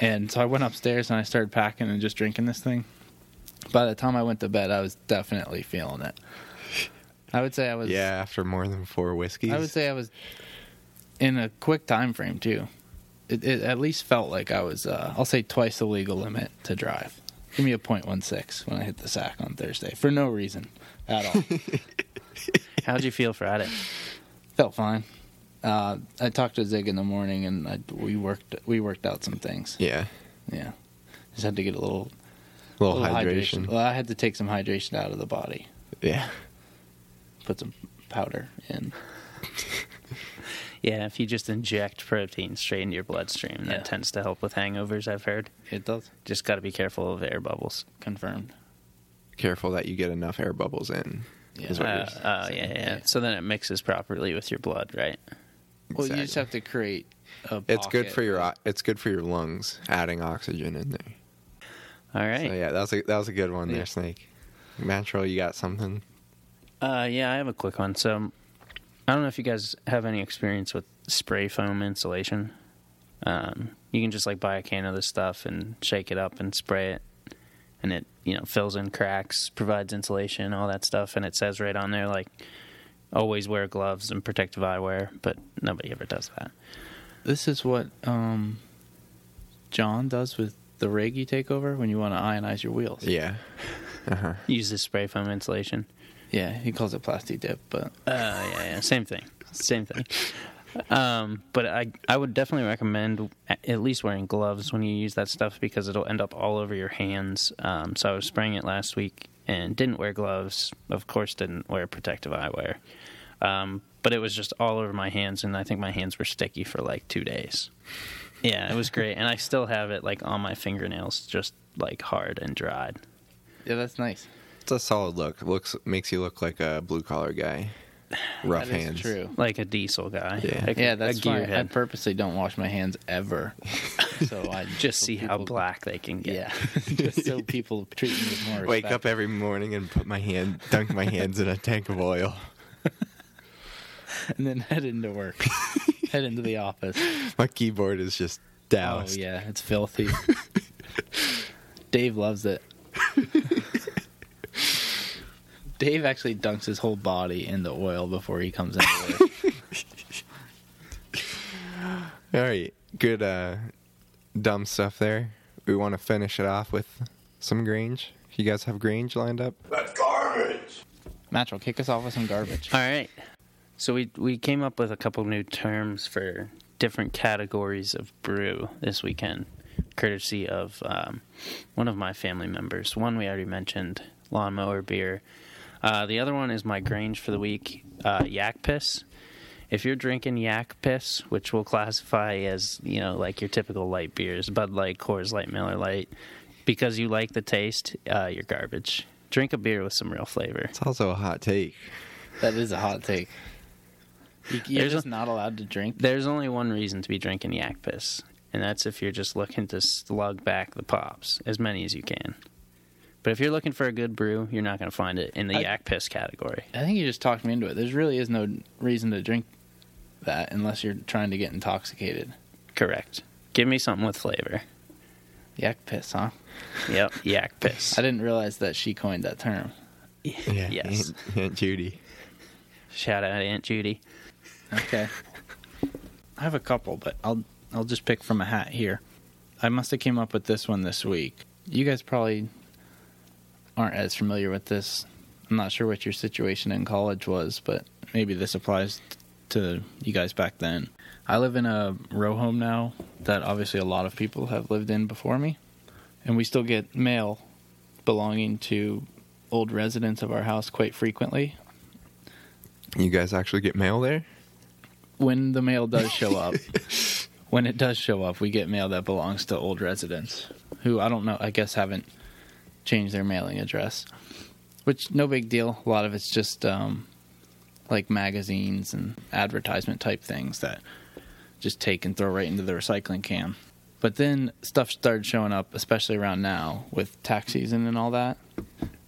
Speaker 3: And so I went upstairs and I started packing and just drinking this thing. By the time I went to bed, I was definitely feeling it. I would say I was.
Speaker 4: Yeah, after more than four whiskeys.
Speaker 3: I would say I was in a quick time frame too. It, it at least felt like I was. Uh, I'll say twice the legal limit to drive. Give me a point one six when I hit the sack on Thursday for no reason at
Speaker 4: (laughs)
Speaker 3: all.
Speaker 5: How'd you feel Friday?
Speaker 3: felt fine. Uh, I talked to Zig in the morning and I, we worked we worked out some things.
Speaker 4: Yeah.
Speaker 3: Yeah, just had to get a little,
Speaker 4: A little,
Speaker 3: little
Speaker 4: hydration.
Speaker 3: Well, I had to take some hydration out of the body.
Speaker 4: Yeah.
Speaker 3: Put some powder in.
Speaker 5: Yeah, if you just inject protein straight into your bloodstream, that
Speaker 3: Yeah.
Speaker 5: tends to help with hangovers, I've heard.
Speaker 3: It does
Speaker 5: Just got to be careful of air bubbles.
Speaker 3: confirmed.
Speaker 4: Careful that you get enough air bubbles in.
Speaker 3: Yeah.
Speaker 4: Is
Speaker 5: Oh,
Speaker 4: what you're
Speaker 5: oh, yeah, yeah, So then it mixes properly with your blood, right?
Speaker 3: Well, you just
Speaker 4: Exactly.
Speaker 3: have to create. A
Speaker 4: It's good
Speaker 3: pocket.
Speaker 4: for your o- it's good for your lungs. Adding oxygen in there.
Speaker 5: All right.
Speaker 4: So yeah, that was a that was a good one
Speaker 3: Yeah.
Speaker 4: there, Snake. Matro, you got something?
Speaker 5: Uh, yeah, I have a quick one. So, I don't know if you guys have any experience with spray foam insulation. Um, you can just like buy a can of this stuff and shake it up and spray it, and it you know fills in cracks, provides insulation, all that stuff. And it says right on there like, always wear gloves and protective eyewear, but nobody ever does that.
Speaker 3: This is what um, John does with the rig you take over when you want to ionize your wheels.
Speaker 4: Yeah.
Speaker 5: Use this spray foam insulation.
Speaker 3: Yeah, he calls it plasti dip, but
Speaker 5: Uh, yeah, yeah, same thing, same thing. Um, but I I would definitely recommend a- at least wearing gloves when you use that stuff because it'll end up all over your hands. Um, so I was spraying it last week and didn't wear gloves. Of course, didn't wear protective eyewear. Um, but it was just all over my hands, and I think my hands were sticky for like two days. Yeah, it was great, and I still have it like on my fingernails, just like hard and dried.
Speaker 3: yeah, that's nice.
Speaker 4: It's a solid look. Looks makes you look like a blue collar guy. (sighs) Rough
Speaker 3: That is
Speaker 4: hands.
Speaker 3: true.
Speaker 5: Like a diesel guy.
Speaker 4: Yeah.
Speaker 5: Like
Speaker 3: Yeah,
Speaker 5: a
Speaker 3: that's why I
Speaker 5: gearhead.
Speaker 3: purposely don't wash my hands ever, so I
Speaker 5: Just
Speaker 3: so
Speaker 5: see how
Speaker 3: people-
Speaker 5: black they can get.
Speaker 3: Yeah, (laughs) just so people treat me with more.
Speaker 4: Wake up
Speaker 3: respect.
Speaker 4: every morning and put my hand dunk my hands in a tank of oil. (laughs)
Speaker 3: and then head into work, head into the office.
Speaker 4: My keyboard is just
Speaker 3: Oh
Speaker 4: doused.
Speaker 3: yeah, it's
Speaker 5: (laughs)
Speaker 3: filthy. Dave loves it. Dave actually dunks his whole body in the oil before he
Speaker 5: (laughs)
Speaker 3: comes into work.
Speaker 4: All right, good uh, dumb stuff there. We want to finish it off with some Grange. You guys have Grange lined up?
Speaker 3: Matchell, kick us off with some garbage.
Speaker 5: All right. So we we came up with a couple new terms for different categories of brew this weekend, courtesy of um, one of my family members. One we already mentioned, lawnmower beer. Uh, the other one is my Grange for the week, uh, yak piss. If you're drinking yak piss, which we'll classify as you know like your typical light beers, Bud Light, Coors Light, Miller Light, because you like the taste, uh, you're garbage. Drink a beer with some real flavor.
Speaker 4: It's also a hot take.
Speaker 3: That is a hot take. You- You're
Speaker 5: There's
Speaker 3: just
Speaker 5: a-
Speaker 3: not allowed to drink.
Speaker 5: There's only one reason to be drinking yak piss, and that's if you're just looking to slug back the pops, as many as you can. But if you're looking for a good brew, you're not going to find it in the
Speaker 3: I-
Speaker 5: yak piss category.
Speaker 3: I think you just talked me into it. There really is no reason to drink that unless you're trying to get intoxicated.
Speaker 5: Correct. Give me something with
Speaker 3: (laughs)
Speaker 5: flavor.
Speaker 3: Yak piss, huh?
Speaker 5: Yep, yak piss. (laughs)
Speaker 3: I didn't realize that she coined that term.
Speaker 4: Yeah.
Speaker 5: Yes.
Speaker 4: Aunt, Aunt Judy.
Speaker 5: Shout out Aunt Judy.
Speaker 3: Okay. I have a couple, but I'll I'll just pick from a hat here. I must have came up with this one this week. You guys probably aren't as familiar with this. I'm not sure what your situation in college was, but maybe this applies to you guys back then. I live in a row home now that obviously a lot of people have lived in before me, and we still get mail belonging to old residents of our house quite frequently.
Speaker 4: You guys actually get mail there?
Speaker 3: when the mail does show up, when it does show up, we get mail that belongs to old residents who I don't know, I guess haven't changed their mailing address, which no big deal. A lot of it's just um, like magazines and advertisement type things that just take and throw right into the recycling can. But then stuff started showing up, especially around now with tax season and all that.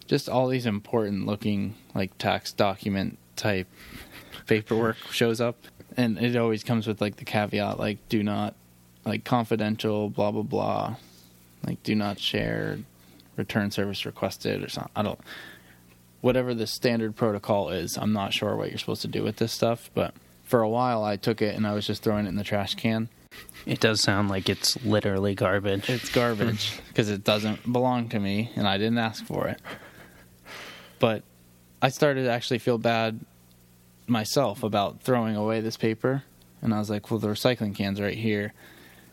Speaker 3: Just all these important looking like tax document type paperwork shows up and it always comes with like the caveat like do not like confidential blah blah blah like do not share return service requested or something i don't whatever the standard protocol is i'm not sure what you're supposed to do with this stuff but for a while i took it and i was just throwing it in the trash can
Speaker 5: It does sound like it's literally garbage.
Speaker 3: it's (laughs) garbage because it doesn't belong to me and I didn't ask for it. But I started to actually feel bad myself about throwing away this paper. And I was like, well, the recycling can's right here.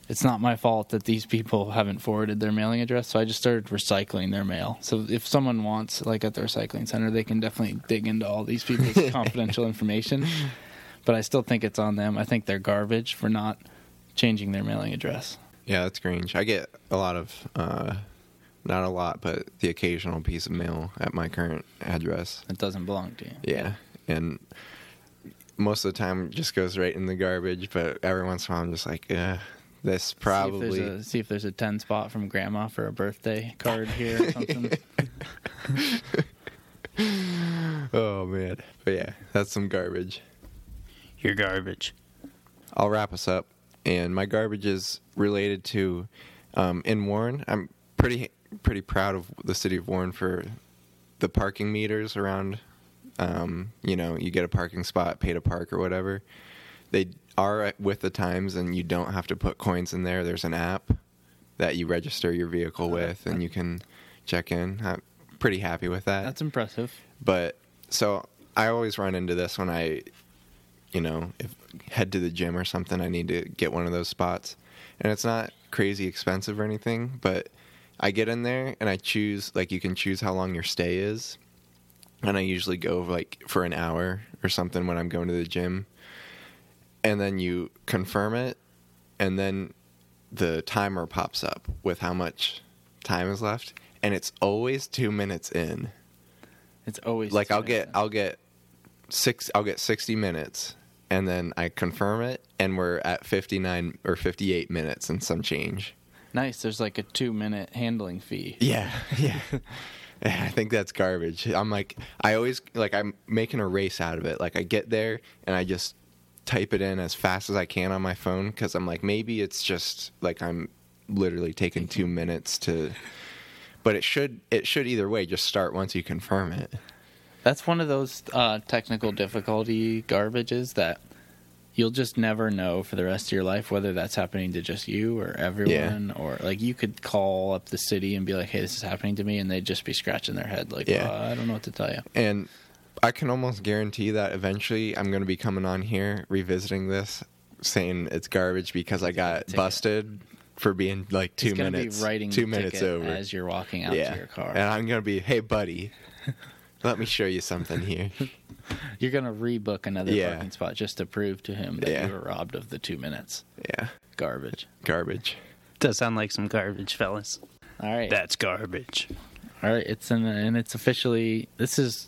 Speaker 3: It's not my fault that these people haven't forwarded their mailing address. So I just started recycling their mail. So if someone wants, like at the recycling center, they can definitely dig into all these (laughs) people's confidential information. But I still think it's on them. I think they're garbage for not changing their mailing address.
Speaker 4: Yeah, that's Grange. I get a lot of, uh, not a lot, but the occasional piece of mail at my current address.
Speaker 3: It doesn't belong to you.
Speaker 4: Yeah. And most of the time it just goes right in the garbage, but every once in a while I'm just like, eh, this probably.
Speaker 3: See if, there's a, see if there's a 10 spot from grandma for a birthday
Speaker 4: (laughs)
Speaker 3: card here or something.
Speaker 4: Oh, man. But yeah, that's some garbage.
Speaker 5: You're garbage.
Speaker 4: I'll wrap us up. And my garbage is related to um, in Warren. I'm pretty pretty proud of the city of Warren for the parking meters around. Um, you know, you get a parking spot, pay to park or whatever. They are with the times, and you don't have to put coins in there. There's an app that you register your vehicle with, and you can check in. I'm pretty happy with that
Speaker 3: That's impressive.
Speaker 4: but so I always run into this when I, you know, if head to the gym or something, I need to get one of those spots, and it's not crazy expensive or anything, but I get in there and I choose like you can choose how long your stay is, and I usually go like for an hour or something when I'm going to the gym, and then you confirm it, and then the timer pops up with how much time is left, and it's always two minutes in
Speaker 3: It's always
Speaker 4: like I'll get I'll get six I'll get 60 minutes and then I confirm it and we're at 59 or 58 minutes and some change.
Speaker 3: nice. There's like a two minute handling fee.
Speaker 4: Yeah, (laughs) yeah. I think that's garbage. I'm like I always like I'm making a race out of it. Like I get there and I just type it in as fast as I can on my phone cuz I'm like maybe it's just like I'm literally taking 2 minutes to but it should it should either way just start once you confirm it.
Speaker 3: That's one of those uh, technical difficulty garbages that you'll just never know for the rest of your life whether that's happening to just you or everyone or like you could call up the city and be like, hey, this is happening to me, and they'd just be scratching their head like,
Speaker 4: Yeah.
Speaker 3: "Uh, I don't know what to tell you.
Speaker 4: And I can almost guarantee that eventually I'm going to be coming on here revisiting this, saying it's garbage because I got
Speaker 3: ticket.
Speaker 4: busted for being like two
Speaker 3: He's gonna
Speaker 4: minutes,
Speaker 3: be writing
Speaker 4: two
Speaker 3: the
Speaker 4: minutes
Speaker 3: ticket
Speaker 4: over.
Speaker 3: as you're walking out
Speaker 4: yeah,
Speaker 3: to your car.
Speaker 4: and I'm going to be, hey buddy, let me show you
Speaker 3: (laughs)
Speaker 4: something here.
Speaker 3: You're gonna rebook another
Speaker 4: Yeah.
Speaker 3: parking spot just to prove to him that
Speaker 4: Yeah.
Speaker 3: you were robbed of the two minutes.
Speaker 4: Yeah,
Speaker 3: Garbage.
Speaker 4: garbage.
Speaker 5: Does sound like some garbage, fellas.
Speaker 3: All right.
Speaker 5: That's garbage.
Speaker 3: All right. It's in, and it's officially this is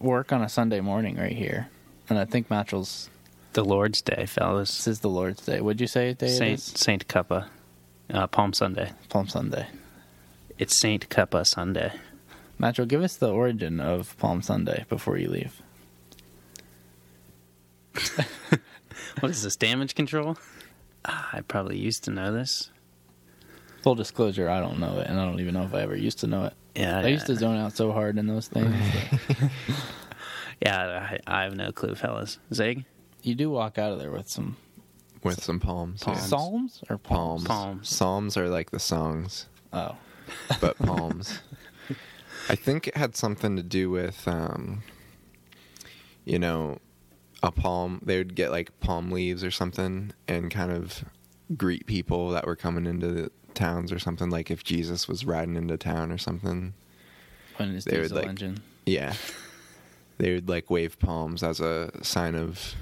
Speaker 3: work on a Sunday morning right here, and I think Matril's
Speaker 5: the Lord's Day, fellas.
Speaker 3: This is the Lord's Day. What'd you say day it
Speaker 5: Saint
Speaker 3: is?
Speaker 5: Saint Cuppa, uh, Palm Sunday.
Speaker 3: Palm Sunday.
Speaker 5: It's Saint Cuppa Sunday.
Speaker 3: Matro, give us the origin of Palm Sunday before you leave.
Speaker 5: What is this? Damage control? Ah, I probably used to know this.
Speaker 3: Full disclosure, I don't know it, and I don't even know if I ever used to know it.
Speaker 5: Yeah,
Speaker 3: I used to zone out so hard in those things. that
Speaker 5: Yeah, I, I have no clue, fellas. Zig,
Speaker 3: you do walk out of there with some
Speaker 4: with some palms. yeah.
Speaker 3: palms. psalms or palms.
Speaker 4: Palms.
Speaker 5: Palms.
Speaker 4: Psalms are like the songs,
Speaker 3: Oh,
Speaker 4: but palms. I think it had something to do with, um, you know, a palm. They would get like palm leaves or something and kind of greet people that were coming into the towns or something. Like if Jesus was riding into town or something.
Speaker 3: when it's
Speaker 4: They would,
Speaker 3: diesel
Speaker 4: like-
Speaker 3: engine.
Speaker 4: Yeah. They would like wave palms as a sign of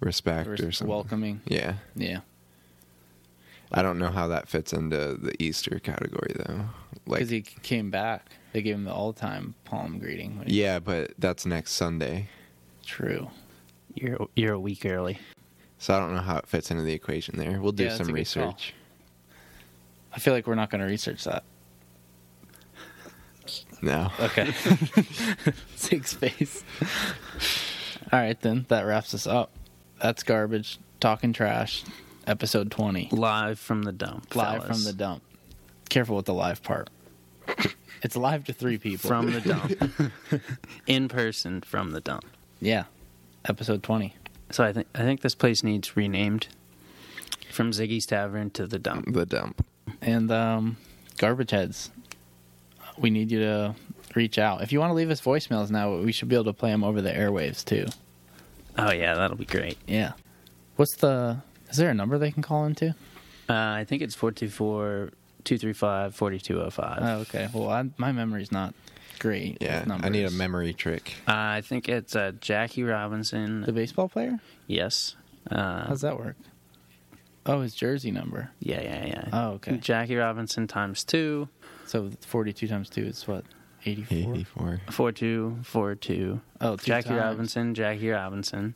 Speaker 4: respect
Speaker 3: Res-
Speaker 4: or something.
Speaker 3: welcoming.
Speaker 4: Yeah.
Speaker 3: Yeah.
Speaker 4: I don't know how that fits into the Easter category though. Like
Speaker 3: Because he c- came back. They gave him the all time palm greeting. which-
Speaker 4: Yeah, but that's next Sunday.
Speaker 3: True.
Speaker 5: you're you're a week early.
Speaker 4: So I don't know how it fits into the equation there. We'll do
Speaker 3: Yeah, that's
Speaker 4: some
Speaker 3: a good call.
Speaker 4: research.
Speaker 3: I feel like we're not going to research that. (laughs)
Speaker 4: No.
Speaker 3: Okay. Six face. (laughs) All right, then. That wraps us up. That's garbage. Talking trash. Episode 20.
Speaker 5: (laughs) Live from the dump.
Speaker 3: Live
Speaker 5: fellas.
Speaker 3: from the dump. Careful with the live part. It's live to three people.
Speaker 5: From the dump. In person from the dump.
Speaker 3: (laughs) yeah. Episode 20.
Speaker 5: So I think I think this place needs renamed from Ziggy's Tavern to the dump.
Speaker 4: (laughs) The dump.
Speaker 3: and um, garbage heads we need you to reach out if you want to leave us voicemails now we should be able to play them over the airwaves too
Speaker 5: Oh yeah, that'll be great.
Speaker 3: yeah what's the is there a number they can call into
Speaker 5: Uh, I think it's 424-235-4205.
Speaker 3: oh okay well I, my memory's not great
Speaker 4: Yeah.
Speaker 3: with numbers.
Speaker 4: I need a memory trick.
Speaker 5: I think it's uh, Jackie Robinson.
Speaker 3: the baseball player
Speaker 5: yes. Uh,
Speaker 3: how's that work oh his jersey number
Speaker 5: yeah, yeah, yeah.
Speaker 3: Oh, okay.
Speaker 5: Jackie Robinson times two,
Speaker 3: so 42 times 2 is what 84
Speaker 4: Eighty four.
Speaker 5: four two, four two.
Speaker 3: Oh, two
Speaker 5: Jackie
Speaker 3: times.
Speaker 5: Robinson, Jackie Robinson.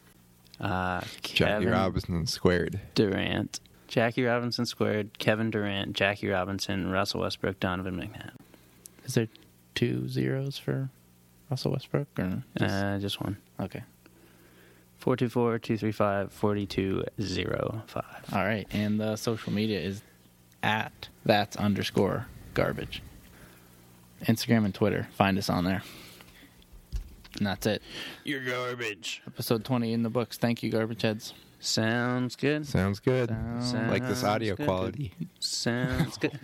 Speaker 5: Uh,
Speaker 4: Jackie
Speaker 5: Kevin
Speaker 4: E. Robinson squared.
Speaker 5: Durant. Jackie Robinson squared, Kevin Durant, Jackie Robinson, Russell Westbrook, Donovan McNabb.
Speaker 3: is there two zeros for russell westbrook or just-
Speaker 5: Uh, just one.
Speaker 3: okay
Speaker 5: 424-235-4205.
Speaker 3: All right, and the social media is at that's underscore garbage. Instagram and Twitter. Find us on there. And that's it.
Speaker 5: You're garbage.
Speaker 3: Episode 20 in the books. Thank you, garbage heads.
Speaker 5: Sounds good.
Speaker 4: Sounds good.
Speaker 3: Sounds
Speaker 4: like this audio
Speaker 5: good.
Speaker 4: quality.
Speaker 3: (laughs)
Speaker 5: Sounds good.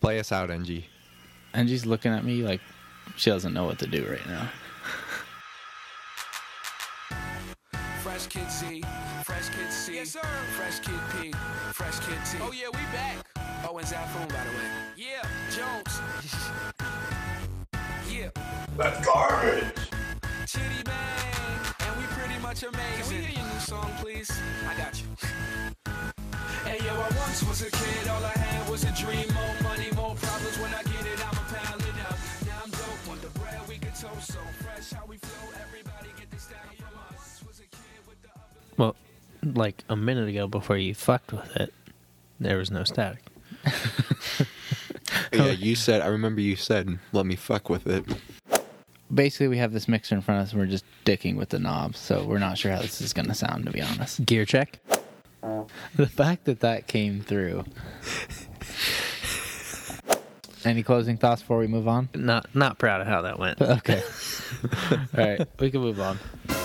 Speaker 4: Play us out, NG.
Speaker 3: And she's looking at me like she doesn't know what to do right now.
Speaker 1: Fresh Kid C, Fresh Kid C, yes, sir. Fresh Kid P, Fresh Kid T. Oh, yeah, we back. Oh, and Zaphoon, by the way. Yeah, Jones. (laughs) yeah. That's garbage. Chitty Bang, and we pretty much amazing. Can we hear your new song, please? I got you. (laughs) Hey yo, I once was a kid, all I had was a dream. More money, more problems. When I get it, I'ma pile it up. Now I'm dope on the bread, we can toast so fresh. How we flow, everybody get this down from us. Was a kid with the upper lip.
Speaker 7: Well, like a minute ago before you fucked with it, there was no static.
Speaker 4: Yeah, you said I remember you said, let me fuck with it.
Speaker 3: Basically, we have this mixer in front of us and we're just dicking with the knobs, so we're not sure how this is going to sound, to be honest. (laughs)
Speaker 7: Gear check.
Speaker 3: The fact that that came through. Any closing thoughts before we move on? (laughs)
Speaker 7: Not not proud of how that went.
Speaker 3: Okay. All right, we can move on.